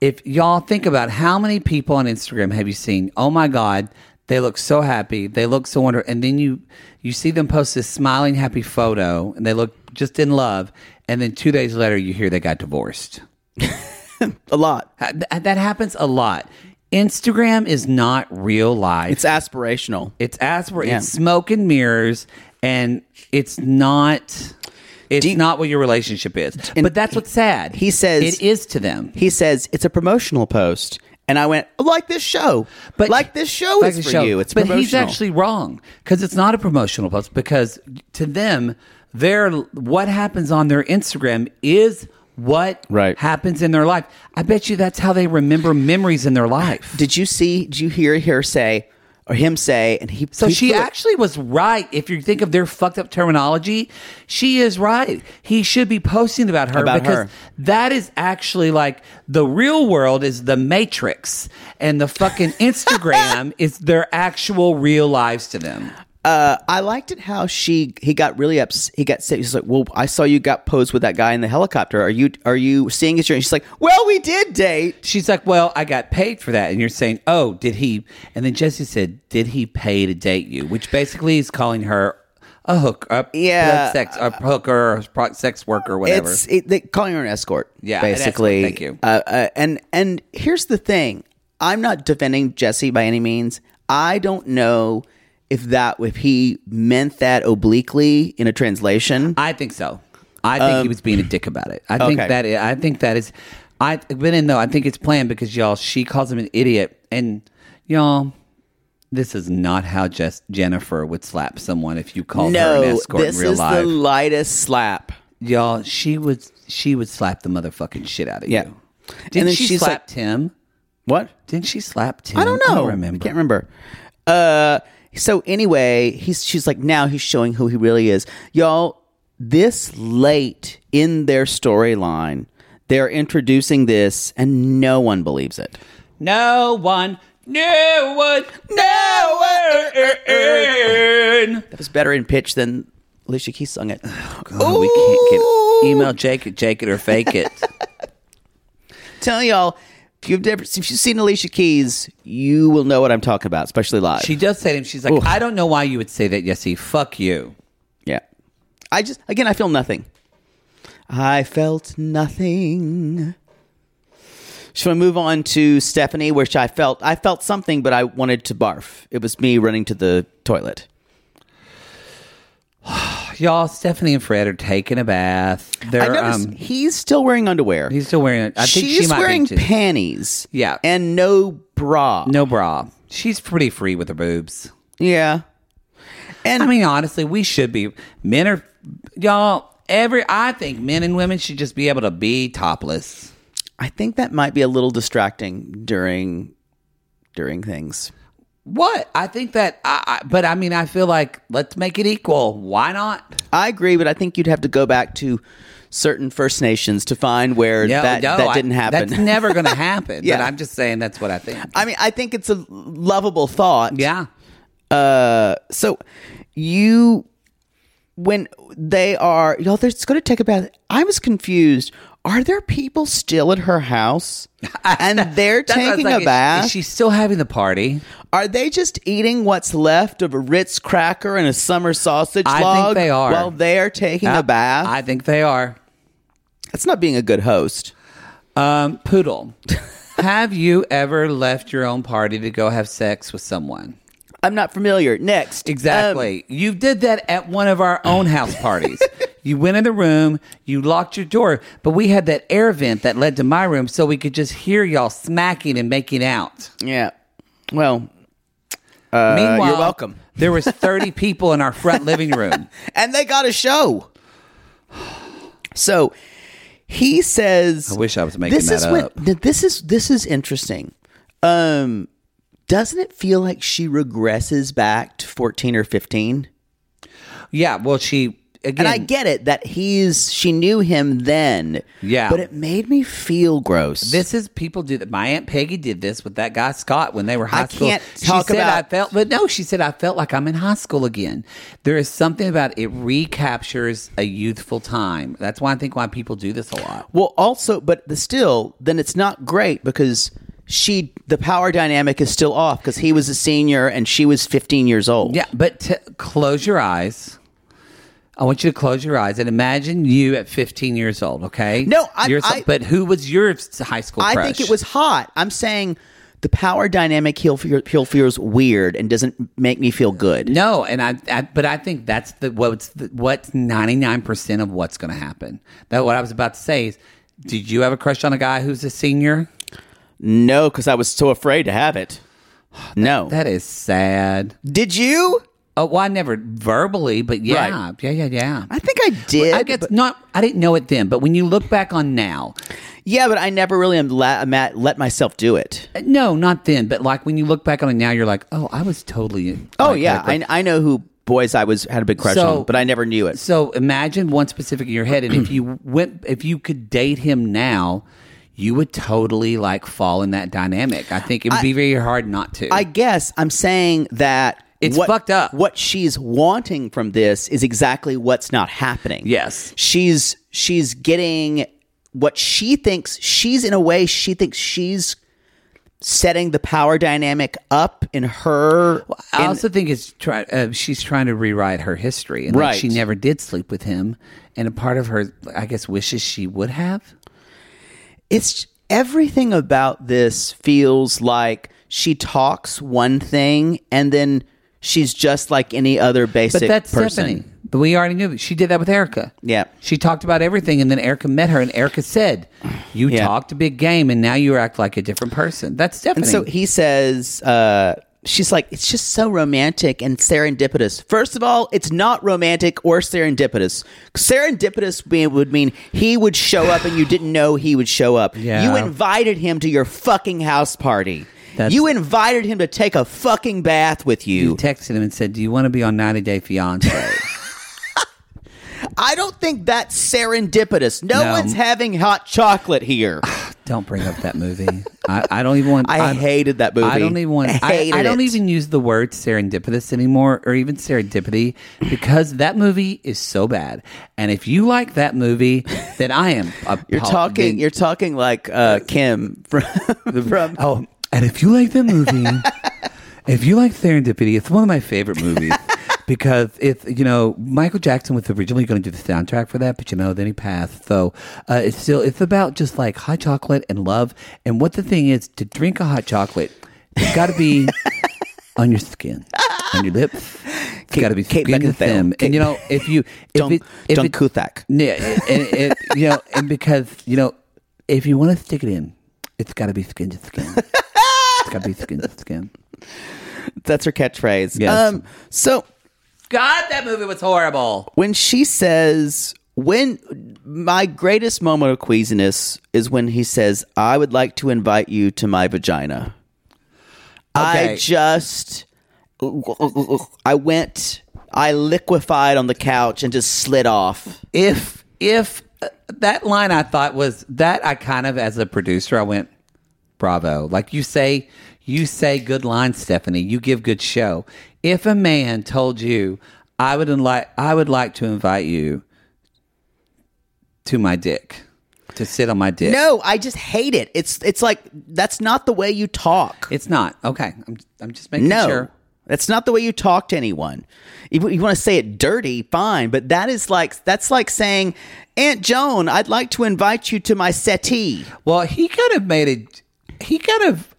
[SPEAKER 2] If y'all think about how many people on Instagram have you seen? Oh my God, they look so happy. They look so wonderful. And then you you see them post this smiling, happy photo, and they look just in love. And then two days later, you hear they got divorced.
[SPEAKER 3] A lot.
[SPEAKER 2] Uh, th- that happens a lot. Instagram is not real life.
[SPEAKER 3] It's aspirational.
[SPEAKER 2] It's aspir.
[SPEAKER 3] Yeah.
[SPEAKER 2] It's smoke and mirrors, and it's not. It's
[SPEAKER 3] Do you-
[SPEAKER 2] not what your relationship is.
[SPEAKER 3] And
[SPEAKER 2] but that's what's sad.
[SPEAKER 3] he says-
[SPEAKER 2] it is to them.
[SPEAKER 3] He says it's a promotional post. And I went, like this show. But like this show
[SPEAKER 2] like
[SPEAKER 3] is
[SPEAKER 2] this
[SPEAKER 3] for
[SPEAKER 2] show.
[SPEAKER 3] you. It's
[SPEAKER 2] but
[SPEAKER 3] promotional.
[SPEAKER 2] he's actually wrong because it's not a promotional post. Because to them, their what happens on their Instagram is what
[SPEAKER 3] Right.
[SPEAKER 2] happens in their life. I bet you that's how they remember memories in their life.
[SPEAKER 3] Did you see? Did you hear her say or him say? And he.
[SPEAKER 2] So
[SPEAKER 3] he
[SPEAKER 2] she
[SPEAKER 3] flew-
[SPEAKER 2] actually was right. If you think of their fucked up terminology, she is right. He should be posting about her
[SPEAKER 3] About
[SPEAKER 2] because
[SPEAKER 3] her.
[SPEAKER 2] that is actually like the real world is the matrix and the fucking Instagram is their actual real lives to them.
[SPEAKER 3] uh, I liked it how she he got really ups he got sick. He's like, "Well, I saw you got posed with that guy in the helicopter. Are you are you seeing his journey?" She's like, "Well, we did date."
[SPEAKER 2] She's like, Well, I got paid for that. And you're saying, Oh, did he? And then Jesse said, Did he pay to date you? Which basically is calling her a hook, a
[SPEAKER 3] Yeah.
[SPEAKER 2] blood sex, a hooker, a pro- sex worker, whatever.
[SPEAKER 3] It's it, they, calling her an escort.
[SPEAKER 2] Yeah, an escort,
[SPEAKER 3] basically.
[SPEAKER 2] thank you.
[SPEAKER 3] Uh, uh, and and here's the thing: I'm not defending Jesse by any means. I don't know if that if he meant that obliquely in a translation.
[SPEAKER 2] I think so. I think he was being a dick about it. I
[SPEAKER 3] Um,
[SPEAKER 2] think
[SPEAKER 3] okay.
[SPEAKER 2] that i I think that is. I but in though I think it's planned because y'all she calls him an idiot and y'all. This is not how just Jennifer would slap someone if you called her
[SPEAKER 3] no,
[SPEAKER 2] an escort
[SPEAKER 3] this
[SPEAKER 2] in real
[SPEAKER 3] is
[SPEAKER 2] life.
[SPEAKER 3] the lightest slap.
[SPEAKER 2] y'all, she would she would slap the motherfucking shit out of
[SPEAKER 3] Yeah.
[SPEAKER 2] you. Didn't
[SPEAKER 3] then
[SPEAKER 2] she
[SPEAKER 3] she's
[SPEAKER 2] slap
[SPEAKER 3] like-
[SPEAKER 2] Tim?
[SPEAKER 3] What?
[SPEAKER 2] Didn't she slap Tim?
[SPEAKER 3] I don't know.
[SPEAKER 2] remember.
[SPEAKER 3] can't remember. Uh, so anyway, he's she's like now he's showing who he really is, y'all. This late in their storyline, they're introducing this, and no one believes it.
[SPEAKER 2] No one. No one. No one.
[SPEAKER 3] That was better in pitch than Alicia Keys sung it.
[SPEAKER 2] Oh, we can't get email Jake it, Jake it, or fake it.
[SPEAKER 3] Tell y'all if you've never, if you've seen Alicia Keys, you will know what I'm talking about, especially live.
[SPEAKER 2] she does say to him, she's like, I don't know why you would say that, Jesse. Fuck you.
[SPEAKER 3] yeah, I just again I feel nothing. I felt nothing. Should I move on to Stephanie, which I felt I felt something, but I wanted to barf. It was me running to the toilet.
[SPEAKER 2] Y'all, Stephanie and Fred are taking a bath.
[SPEAKER 3] I
[SPEAKER 2] They're
[SPEAKER 3] noticed
[SPEAKER 2] um,
[SPEAKER 3] he's still wearing underwear.
[SPEAKER 2] he's still wearing it. I think
[SPEAKER 3] She's
[SPEAKER 2] she might
[SPEAKER 3] wearing
[SPEAKER 2] be just-
[SPEAKER 3] panties.
[SPEAKER 2] Yeah.
[SPEAKER 3] and no bra.
[SPEAKER 2] no bra. She's pretty free with her boobs.
[SPEAKER 3] Yeah. And
[SPEAKER 2] I mean, honestly, we should be. Men are y'all. Every I think men and women should just be able to be topless.
[SPEAKER 3] I think that might be a little distracting during during things.
[SPEAKER 2] What I think that I, I but I mean, I feel like let's make it equal. Why not?
[SPEAKER 3] I agree, but I think you'd have to go back to certain First Nations to find where
[SPEAKER 2] No,
[SPEAKER 3] that,
[SPEAKER 2] no,
[SPEAKER 3] that
[SPEAKER 2] I-
[SPEAKER 3] didn't happen.
[SPEAKER 2] That's never going to happen.
[SPEAKER 3] Yeah. Uh,
[SPEAKER 2] But I'm just saying that's what I think.
[SPEAKER 3] I mean, I think it's a lovable thought.
[SPEAKER 2] yeah.
[SPEAKER 3] Uh, so you when they are y'all, they're just going to take a bath. I was confused. Are there people still at her house and they're
[SPEAKER 2] That's what I was
[SPEAKER 3] taking
[SPEAKER 2] like,
[SPEAKER 3] a
[SPEAKER 2] is-
[SPEAKER 3] bath?
[SPEAKER 2] Is she still having the party?
[SPEAKER 3] Are they just eating what's left of a Ritz cracker and a summer sausage
[SPEAKER 2] I think
[SPEAKER 3] log?
[SPEAKER 2] they are.
[SPEAKER 3] While they are taking
[SPEAKER 2] Uh,
[SPEAKER 3] a bath.
[SPEAKER 2] I think they are.
[SPEAKER 3] That's not being a good host.
[SPEAKER 2] Um, Poodle, have you ever left your own party to go have sex with someone?
[SPEAKER 3] I'm not familiar. Next. Um,
[SPEAKER 2] Exactly. you did that at one of our own house parties. you went in the room, you locked your door, but we had that air vent that led to my room so we could just hear y'all smacking and making out.
[SPEAKER 3] Um, yeah. Well,
[SPEAKER 2] Meanwhile,
[SPEAKER 3] Uh, you're welcome.
[SPEAKER 2] There was 30 people in our front living room.
[SPEAKER 3] and they got a show. So he says
[SPEAKER 2] I wish I was making
[SPEAKER 3] this
[SPEAKER 2] that
[SPEAKER 3] is
[SPEAKER 2] up.
[SPEAKER 3] th- this is this is interesting. Um doesn't it feel like she regresses back to 14 or 15?
[SPEAKER 2] Yeah, well, she again.
[SPEAKER 3] And I get it that he's she knew him then.
[SPEAKER 2] Yeah.
[SPEAKER 3] But it made me feel gross.
[SPEAKER 2] This is people do that. My aunt Peggy did this with that guy Scott when they were high
[SPEAKER 3] I
[SPEAKER 2] school.
[SPEAKER 3] can't talk
[SPEAKER 2] she said
[SPEAKER 3] about-
[SPEAKER 2] I felt, but no, she said I felt like I'm in high school again. There is something about it recaptures a youthful time. That's why I think why people do this a lot.
[SPEAKER 3] Well, also, but the still, then it's not great because she the power dynamic is still off because he was a senior and she was 15 years old.
[SPEAKER 2] Yeah, but t- close your eyes. I want you to close your eyes and imagine you at 15 years old. Okay,
[SPEAKER 3] No, I-
[SPEAKER 2] You're so-
[SPEAKER 3] I-
[SPEAKER 2] but who was your s- high school?
[SPEAKER 3] I
[SPEAKER 2] crush?
[SPEAKER 3] think it was hot. I'm saying the power dynamic he'll feel, he'll feels weird and doesn't make me feel good.
[SPEAKER 2] No, and I, I but I think that's the what's the, what's ninety nine percent of what's going to happen. That what I was about to say is, did you have a crush on a guy who's a senior?
[SPEAKER 3] No, because I was so afraid to have it. No.
[SPEAKER 2] That is sad.
[SPEAKER 3] did you?
[SPEAKER 2] Oh, well, I never verbally, but yeah,
[SPEAKER 3] Right.
[SPEAKER 2] yeah, yeah, yeah.
[SPEAKER 3] I think I did.
[SPEAKER 2] I guess
[SPEAKER 3] but-
[SPEAKER 2] not. I didn't know it then, but when you look back on now,
[SPEAKER 3] yeah, but I never really am la- am at- let myself do it.
[SPEAKER 2] uh, no, not then, but like when you look back on it now, you're like, oh, I was totally.
[SPEAKER 3] Oh
[SPEAKER 2] like,
[SPEAKER 3] yeah,
[SPEAKER 2] like-
[SPEAKER 3] I, I know who boys I was had a big crush
[SPEAKER 2] So-
[SPEAKER 3] on, but I never knew it.
[SPEAKER 2] So imagine one specific in your head, and if you went, if you could date him now, you would totally like fall in that dynamic. I think it would be very hard not to.
[SPEAKER 3] I guess I'm saying that
[SPEAKER 2] It's fucked up.
[SPEAKER 3] What she's wanting from this is exactly what's not happening.
[SPEAKER 2] Yes.
[SPEAKER 3] She's she's getting what she thinks she's in a way she thinks she's setting the power dynamic up in her
[SPEAKER 2] I also think it's try, uh, she's trying to rewrite her history, and like,
[SPEAKER 3] Right.
[SPEAKER 2] she never did sleep with him, and a part of her, I guess, wishes she would have.
[SPEAKER 3] it's everything about this feels like she talks one thing and then she's just like any other basic
[SPEAKER 2] But that's
[SPEAKER 3] person.
[SPEAKER 2] Stephanie. But we already knew she did that with Erica.
[SPEAKER 3] Yeah.
[SPEAKER 2] she talked about everything, and then Erica met her, and Erica said, "You
[SPEAKER 3] Yeah.
[SPEAKER 2] talked a big game, and now you act like a different person." That's Stephanie.
[SPEAKER 3] And so he says, uh, she's like, it's just so romantic and serendipitous. First of all, it's not romantic or serendipitous. Serendipitous be- would mean he would show up and you didn't know he would show up.
[SPEAKER 2] Yeah.
[SPEAKER 3] You invited him to your fucking house party.
[SPEAKER 2] That's-
[SPEAKER 3] you invited him to take a fucking bath with
[SPEAKER 2] you
[SPEAKER 3] you.
[SPEAKER 2] texted him and said, "Do you want to be on 90 Day Fiance?"
[SPEAKER 3] I don't think that's serendipitous. No,
[SPEAKER 2] No.
[SPEAKER 3] one's having hot chocolate here.
[SPEAKER 2] don't bring up that movie. I, I don't even want.
[SPEAKER 3] I hated that movie.
[SPEAKER 2] I don't even want.
[SPEAKER 3] I
[SPEAKER 2] I,
[SPEAKER 3] hated
[SPEAKER 2] I don't
[SPEAKER 3] it.
[SPEAKER 2] even use the word serendipitous anymore, or even serendipity, because that movie is so bad. And if you like that movie, then I am. A
[SPEAKER 3] You're talking. You're talking like uh, Kim from from
[SPEAKER 2] Oh, and if you like the movie, if you like Serendipity, it's one of my favorite movies because it's you know Michael Jackson was originally going to do the soundtrack for that, but you know then he passed. So uh, it's still it's about just like hot chocolate and love. And what the thing is to drink a hot chocolate, it's got to be on your skin. On your lips, it's got to be
[SPEAKER 3] Kate
[SPEAKER 2] skin to
[SPEAKER 3] Beckinsale.
[SPEAKER 2] thin.
[SPEAKER 3] Kate-
[SPEAKER 2] And you know, if you if
[SPEAKER 3] John,
[SPEAKER 2] it, if
[SPEAKER 3] John
[SPEAKER 2] it-
[SPEAKER 3] Cusack.
[SPEAKER 2] yeah, and it, you know, and because you know, if you want to stick it in, it's got to be skin to skin. It's got to be skin to skin.
[SPEAKER 3] That's her catchphrase.
[SPEAKER 2] Yes.
[SPEAKER 3] Um, so
[SPEAKER 2] God, that movie was horrible.
[SPEAKER 3] when she says, when my greatest moment of queasiness is when he says, I would like to invite you to my vagina. I
[SPEAKER 2] Okay.
[SPEAKER 3] just, I went, I liquefied on the couch and just slid off.
[SPEAKER 2] If if uh, that line I thought was that I kind of as a producer I went bravo. Like you say you say good lines, Stephanie. You give good show. If a man told you I would like I would like to invite you to my dick to sit on my dick.
[SPEAKER 3] No, I just hate it. It's it's like that's not the way you talk.
[SPEAKER 2] It's not. Okay. I'm, I'm just making
[SPEAKER 3] No.
[SPEAKER 2] sure.
[SPEAKER 3] That's not the way you talk to anyone. You, you want to say it dirty, fine, but that is like that's like saying, "Aunt Joan, I'd like to invite you to my settee."
[SPEAKER 2] Well, he kind of made it, he kind of,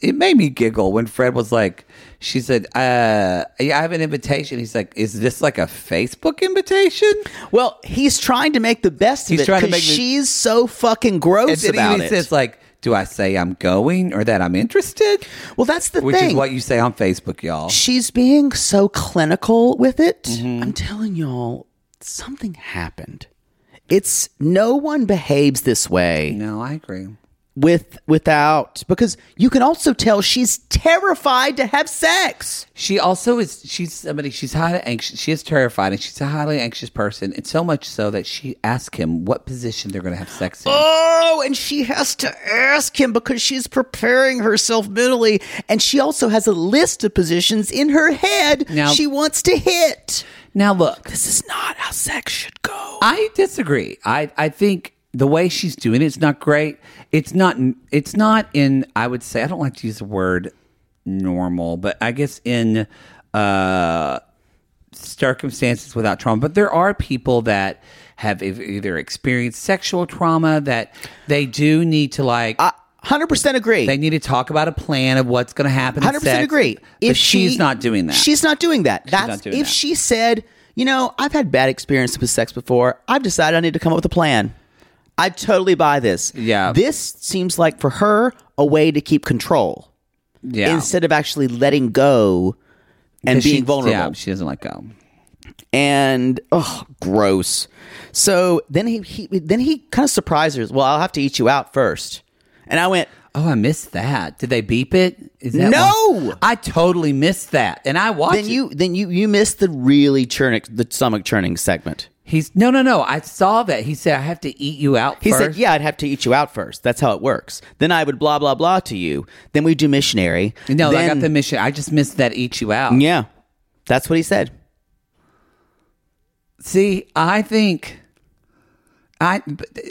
[SPEAKER 2] it made me giggle when Fred was like, she said, uh, yeah, I have an invitation. He's like, is this like a Facebook invitation?
[SPEAKER 3] Well, he's trying to make the best of
[SPEAKER 2] He's
[SPEAKER 3] it
[SPEAKER 2] trying to
[SPEAKER 3] 'cause
[SPEAKER 2] make the-
[SPEAKER 3] she's so fucking gross
[SPEAKER 2] and then
[SPEAKER 3] about
[SPEAKER 2] he
[SPEAKER 3] it.
[SPEAKER 2] says like, do I say I'm going or that I'm interested?
[SPEAKER 3] well, that's the
[SPEAKER 2] Which
[SPEAKER 3] thing.
[SPEAKER 2] is what you say on Facebook, y'all.
[SPEAKER 3] she's being so clinical with it.
[SPEAKER 2] Mm-hmm.
[SPEAKER 3] I'm telling y'all, something happened. It's no one behaves this way.
[SPEAKER 2] No, I agree.
[SPEAKER 3] with without because you can also tell she's terrified to have sex.
[SPEAKER 2] She also is. She's somebody. She's highly anxious. She is terrified, and she's a highly anxious person. And so much so that she asked him what position they're going to have sex in.
[SPEAKER 3] Oh, and she has to ask him because she's preparing herself mentally, and she also has a list of positions in her head
[SPEAKER 2] Now-
[SPEAKER 3] she wants to hit.
[SPEAKER 2] Now look,
[SPEAKER 3] This is not how sex should go.
[SPEAKER 2] I disagree. I I think the way she's doing it's not great. It's not. It's not in. I would say I don't like to use the word normal, but I guess in uh, circumstances without trauma. But there are people that have e- either experienced sexual trauma that they do need to like.
[SPEAKER 3] Hundred percent agree.
[SPEAKER 2] they need to talk about a plan of what's going to happen. in
[SPEAKER 3] Hundred percent
[SPEAKER 2] sex,
[SPEAKER 3] agree.
[SPEAKER 2] But she's not doing that.
[SPEAKER 3] she's not doing that. That's
[SPEAKER 2] not doing
[SPEAKER 3] if
[SPEAKER 2] that.
[SPEAKER 3] she said, you know, I've had bad experience with sex before. I've decided I need to come up with a plan. I totally buy this.
[SPEAKER 2] Yeah.
[SPEAKER 3] this seems like for her a way to keep control
[SPEAKER 2] yeah.
[SPEAKER 3] instead of actually letting go and
[SPEAKER 2] 'Cause she-
[SPEAKER 3] being vulnerable.
[SPEAKER 2] Yeah, she doesn't let go.
[SPEAKER 3] and oh, gross. So then he, he then he kind of surprised her. Well, I'll have to eat you out first. And I went,
[SPEAKER 2] Oh, I missed that. Did they beep it? Is that
[SPEAKER 3] No!
[SPEAKER 2] one- I totally missed that, and I watched.
[SPEAKER 3] then you then you you missed the really churning the stomach churning segment.
[SPEAKER 2] He's no, no, no. I saw that. He said, "I have to eat you out."
[SPEAKER 3] He said,
[SPEAKER 2] first."
[SPEAKER 3] "Yeah, I'd have to eat you out first. That's how it works. Then I would blah blah blah to you. Then we do missionary.
[SPEAKER 2] No, I
[SPEAKER 3] Then-
[SPEAKER 2] got the mission. I just missed that eat you out.
[SPEAKER 3] Yeah, that's what he said.
[SPEAKER 2] See, I think, I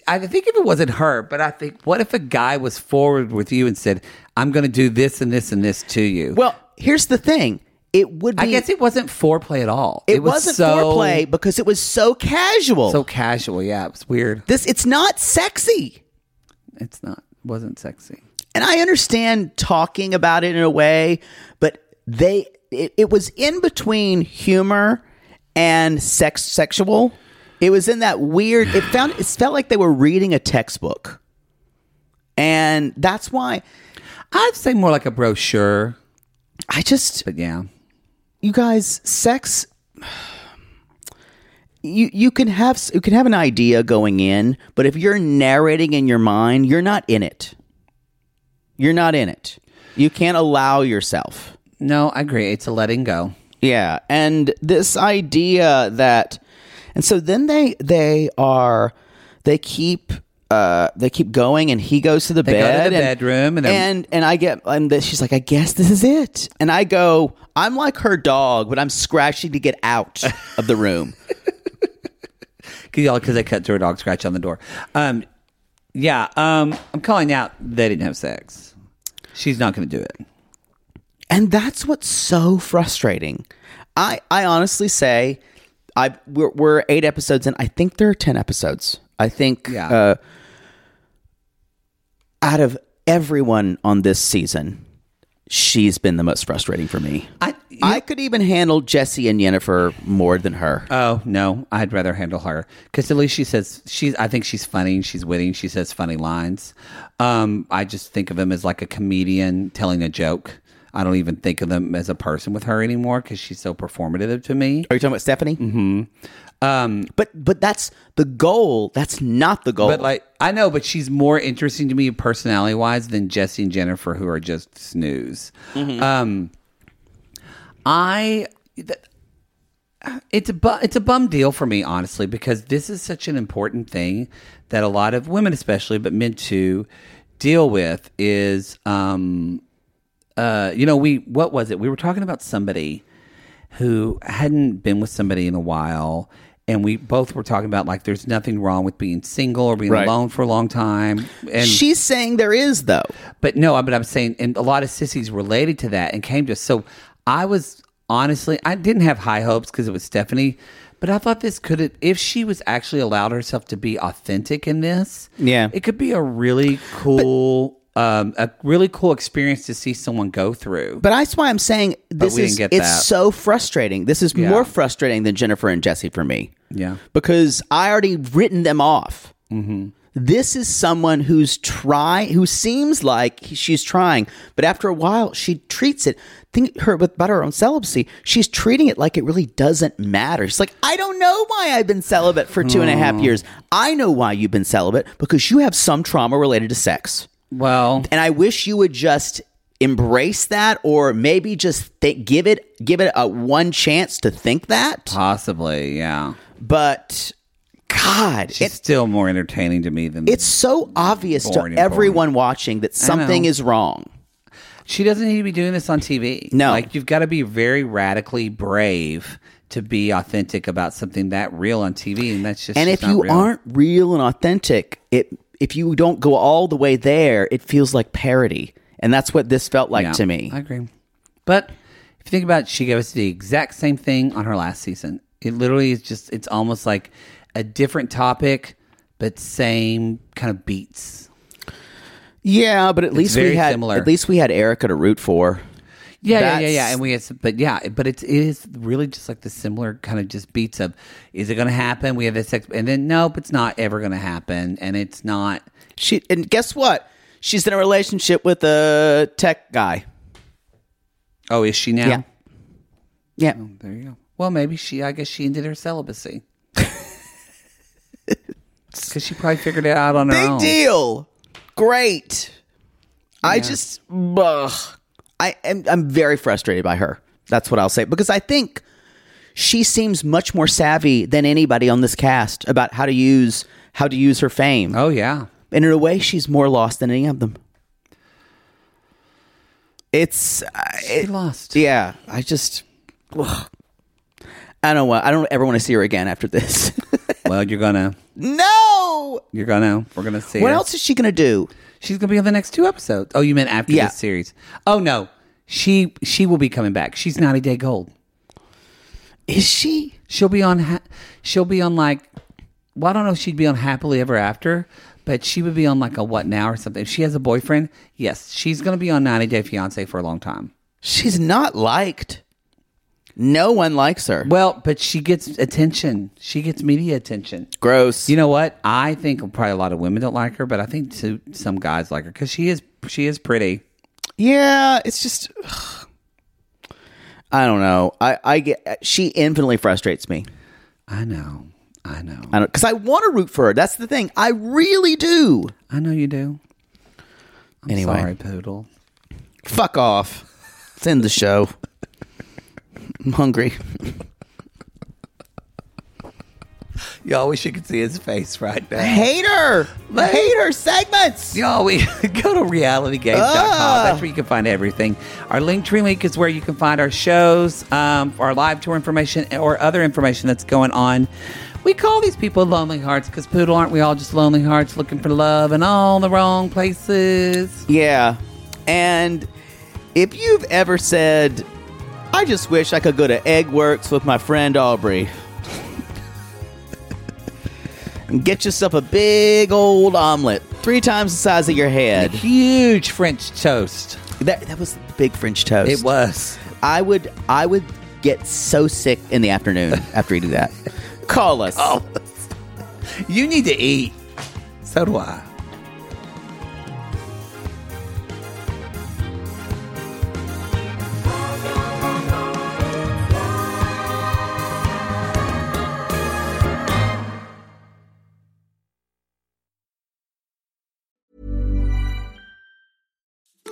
[SPEAKER 2] I think if it wasn't her, but I think, what if a guy was forward with you and said, "I'm going to do this and this and this to you"?
[SPEAKER 3] Well, here's the thing. It would be.
[SPEAKER 2] I guess it wasn't foreplay at all.
[SPEAKER 3] it,
[SPEAKER 2] was
[SPEAKER 3] wasn't
[SPEAKER 2] so,
[SPEAKER 3] foreplay because it was so casual.
[SPEAKER 2] so casual. Yeah, it was weird.
[SPEAKER 3] this it's not sexy.
[SPEAKER 2] It's not. Wasn't sexy.
[SPEAKER 3] and I understand talking about it in a way, but they it, it was in between humor and sex sexual. It was in that weird. It found it felt like they were reading a textbook, and that's why
[SPEAKER 2] I'd say more like a brochure,
[SPEAKER 3] I just
[SPEAKER 2] but yeah.
[SPEAKER 3] you guys sex. You, you can have s- you can have an idea going in, but if you're narrating in your mind, you're not in it. You're not in it. You can't allow yourself.
[SPEAKER 2] No, I agree. It's a letting go.
[SPEAKER 3] Yeah, and this idea that, and so then they they are they keep uh they keep going, and he goes to the
[SPEAKER 2] They go to
[SPEAKER 3] bed,
[SPEAKER 2] the
[SPEAKER 3] and,
[SPEAKER 2] bedroom, and then-
[SPEAKER 3] and and I get and the, she's like, I guess this is it, and I go, I'm like her dog, but I'm scratching to get out of the room.
[SPEAKER 2] Cause y'all, because I cut through a dog scratch on the door. Um, yeah, um, I'm calling out. They didn't have sex. She's not going to do it.
[SPEAKER 3] And that's what's so frustrating. I I honestly say, I we're, we're eight episodes in. I think there are ten episodes. I think
[SPEAKER 2] Yeah.
[SPEAKER 3] uh, out of everyone on this season, she's been the most frustrating for me.
[SPEAKER 2] I,
[SPEAKER 3] I could even handle Jesse and Yennefer more than her.
[SPEAKER 2] oh no, I'd rather handle her because at least she says she's. I think she's funny. She's witty. and She says funny lines. Um, I just think of him as like a comedian telling a joke. I don't even think of them as a person with her anymore because she's so performative to me.
[SPEAKER 3] Are you talking about Stephanie? Mm-hmm. Um, but but that's the goal. That's not the goal.
[SPEAKER 2] But like, I know, but she's more interesting to me personality wise than Jesse and Jennifer, who are just snooze. Um, I. th- it's a bu- it's a bum deal for me honestly because this is such an important thing that a lot of women especially but men too deal with is um uh you know we what was it we were talking about somebody who hadn't been with somebody in a while and we both were talking about like there's nothing wrong with being single or being
[SPEAKER 3] Right.
[SPEAKER 2] alone for a long time and
[SPEAKER 3] she's saying there is though.
[SPEAKER 2] but no, but I'm saying, and a lot of sissies related to that and came to us. So I was honestly, I didn't have high hopes because it was Stephanie, but I thought this could, have if she was actually allowed herself to be authentic in this,
[SPEAKER 3] Yeah.
[SPEAKER 2] it could be a really cool, um, a really cool experience to see someone go through.
[SPEAKER 3] But that's why I'm saying this
[SPEAKER 2] we didn't
[SPEAKER 3] is
[SPEAKER 2] get
[SPEAKER 3] it's
[SPEAKER 2] that.
[SPEAKER 3] so frustrating. This is more frustrating than Jennifer and Jesse for me.
[SPEAKER 2] Yeah.
[SPEAKER 3] Because I already written them off.
[SPEAKER 2] Mm-hmm.
[SPEAKER 3] This is someone who's try who seems like she's trying, but after a while she treats it. Think her with about her own celibacy. She's treating it like it really doesn't matter. She's like, I don't know why I've been celibate for two and a
[SPEAKER 2] Mm.
[SPEAKER 3] half years. I know why you've been celibate because you have some trauma related to sex.
[SPEAKER 2] well,
[SPEAKER 3] And I wish you would just embrace that or maybe just th- give it give it a one chance to think that.
[SPEAKER 2] possibly, yeah.
[SPEAKER 3] But god,
[SPEAKER 2] She's
[SPEAKER 3] it,
[SPEAKER 2] still more entertaining to me than
[SPEAKER 3] it's so obvious
[SPEAKER 2] Boring
[SPEAKER 3] to
[SPEAKER 2] and
[SPEAKER 3] everyone watching that something
[SPEAKER 2] know.
[SPEAKER 3] is wrong.
[SPEAKER 2] She doesn't need to be doing this on TV.
[SPEAKER 3] No.
[SPEAKER 2] Like, you've got to be very radically brave to be authentic about something that real on TV. And that's just.
[SPEAKER 3] and
[SPEAKER 2] she's
[SPEAKER 3] if
[SPEAKER 2] not
[SPEAKER 3] you
[SPEAKER 2] real.
[SPEAKER 3] aren't real and authentic, it if you don't go all the way there, it feels like parody. And that's what this felt like
[SPEAKER 2] Yeah,
[SPEAKER 3] to me.
[SPEAKER 2] I agree. But if you think about it, she gave us the exact same thing on her last season. It literally is just, it's almost like a different topic, but same kind of beats.
[SPEAKER 3] yeah, but at least we
[SPEAKER 2] very
[SPEAKER 3] had
[SPEAKER 2] similar.
[SPEAKER 3] at least we had Erica to root for.
[SPEAKER 2] Yeah, yeah, yeah, yeah.
[SPEAKER 3] That's-
[SPEAKER 2] And we, had some, but yeah, but it's, it is really just like the similar kind of just beats of, is it going to happen? We have this, ex- and then nope, it's not ever going to happen, and it's not.
[SPEAKER 3] She and guess what? She's in a relationship with a tech guy.
[SPEAKER 2] Oh, is she now? Oh,
[SPEAKER 3] Yeah. Yeah.
[SPEAKER 2] There you go. Well, maybe she. I guess she ended her celibacy because she probably figured it out on her
[SPEAKER 3] Big
[SPEAKER 2] own.
[SPEAKER 3] deal. Great. I just ugh. I am I'm very frustrated by her. That's what I'll say because I think she seems much more savvy than anybody on this cast about how to use how to use her fame.
[SPEAKER 2] Oh yeah.
[SPEAKER 3] And in a way, she's more lost than any of them. It's I-
[SPEAKER 2] She lost.
[SPEAKER 3] yeah. I just ugh. I don't want. I don't ever want to see her again after this.
[SPEAKER 2] Well, you're gonna,
[SPEAKER 3] no.
[SPEAKER 2] you're gonna, we're gonna see.
[SPEAKER 3] What
[SPEAKER 2] her.
[SPEAKER 3] else is she gonna do?
[SPEAKER 2] She's gonna be on the next two episodes. Oh, you meant after
[SPEAKER 3] Yeah.
[SPEAKER 2] this series? Oh no, she she will be coming back. She's ninety day gold.
[SPEAKER 3] Is she?
[SPEAKER 2] She'll be on. Ha- she'll be on like. Well, I don't know if she'd be on happily ever after, but she would be on like a what now or something. If she has a boyfriend, yes, she's gonna be on ninety day fiance for a long time.
[SPEAKER 3] She's not liked. No one likes her.
[SPEAKER 2] Well, but she gets attention. She gets media attention.
[SPEAKER 3] Gross.
[SPEAKER 2] You know what? I think probably a lot of women don't like her, but I think too, some guys like her because she is she is pretty.
[SPEAKER 3] Yeah, it's just ugh. I don't know. I I get she infinitely frustrates me.
[SPEAKER 2] I know, I know,
[SPEAKER 3] I don't cuz I want to root for her. That's the thing. I really do.
[SPEAKER 2] I know you do. I'm
[SPEAKER 3] Anyway.
[SPEAKER 2] sorry, poodle.
[SPEAKER 3] Fuck off. It's end the show. I'm hungry.
[SPEAKER 2] Y'all wish you could see his face right now.
[SPEAKER 3] Hater. Hater segments.
[SPEAKER 2] Y'all, we go to realitygames.com. That's where you can find everything. Our Linktree link is where you can find our shows, um, our live tour information, or other information that's going on. We call these people lonely hearts because, Poodle, aren't we all just lonely hearts looking for love in all the wrong places?
[SPEAKER 3] Yeah. And if you've ever said I just wish I could go to Eggworks with my friend Aubrey. and get yourself a big old omelet, three times the size of your head.
[SPEAKER 2] Huge French toast.
[SPEAKER 3] That, that was big French toast.
[SPEAKER 2] It was.
[SPEAKER 3] I would I would get so sick in the afternoon after eating that. Oh, Call us.
[SPEAKER 2] You need to eat. So do I.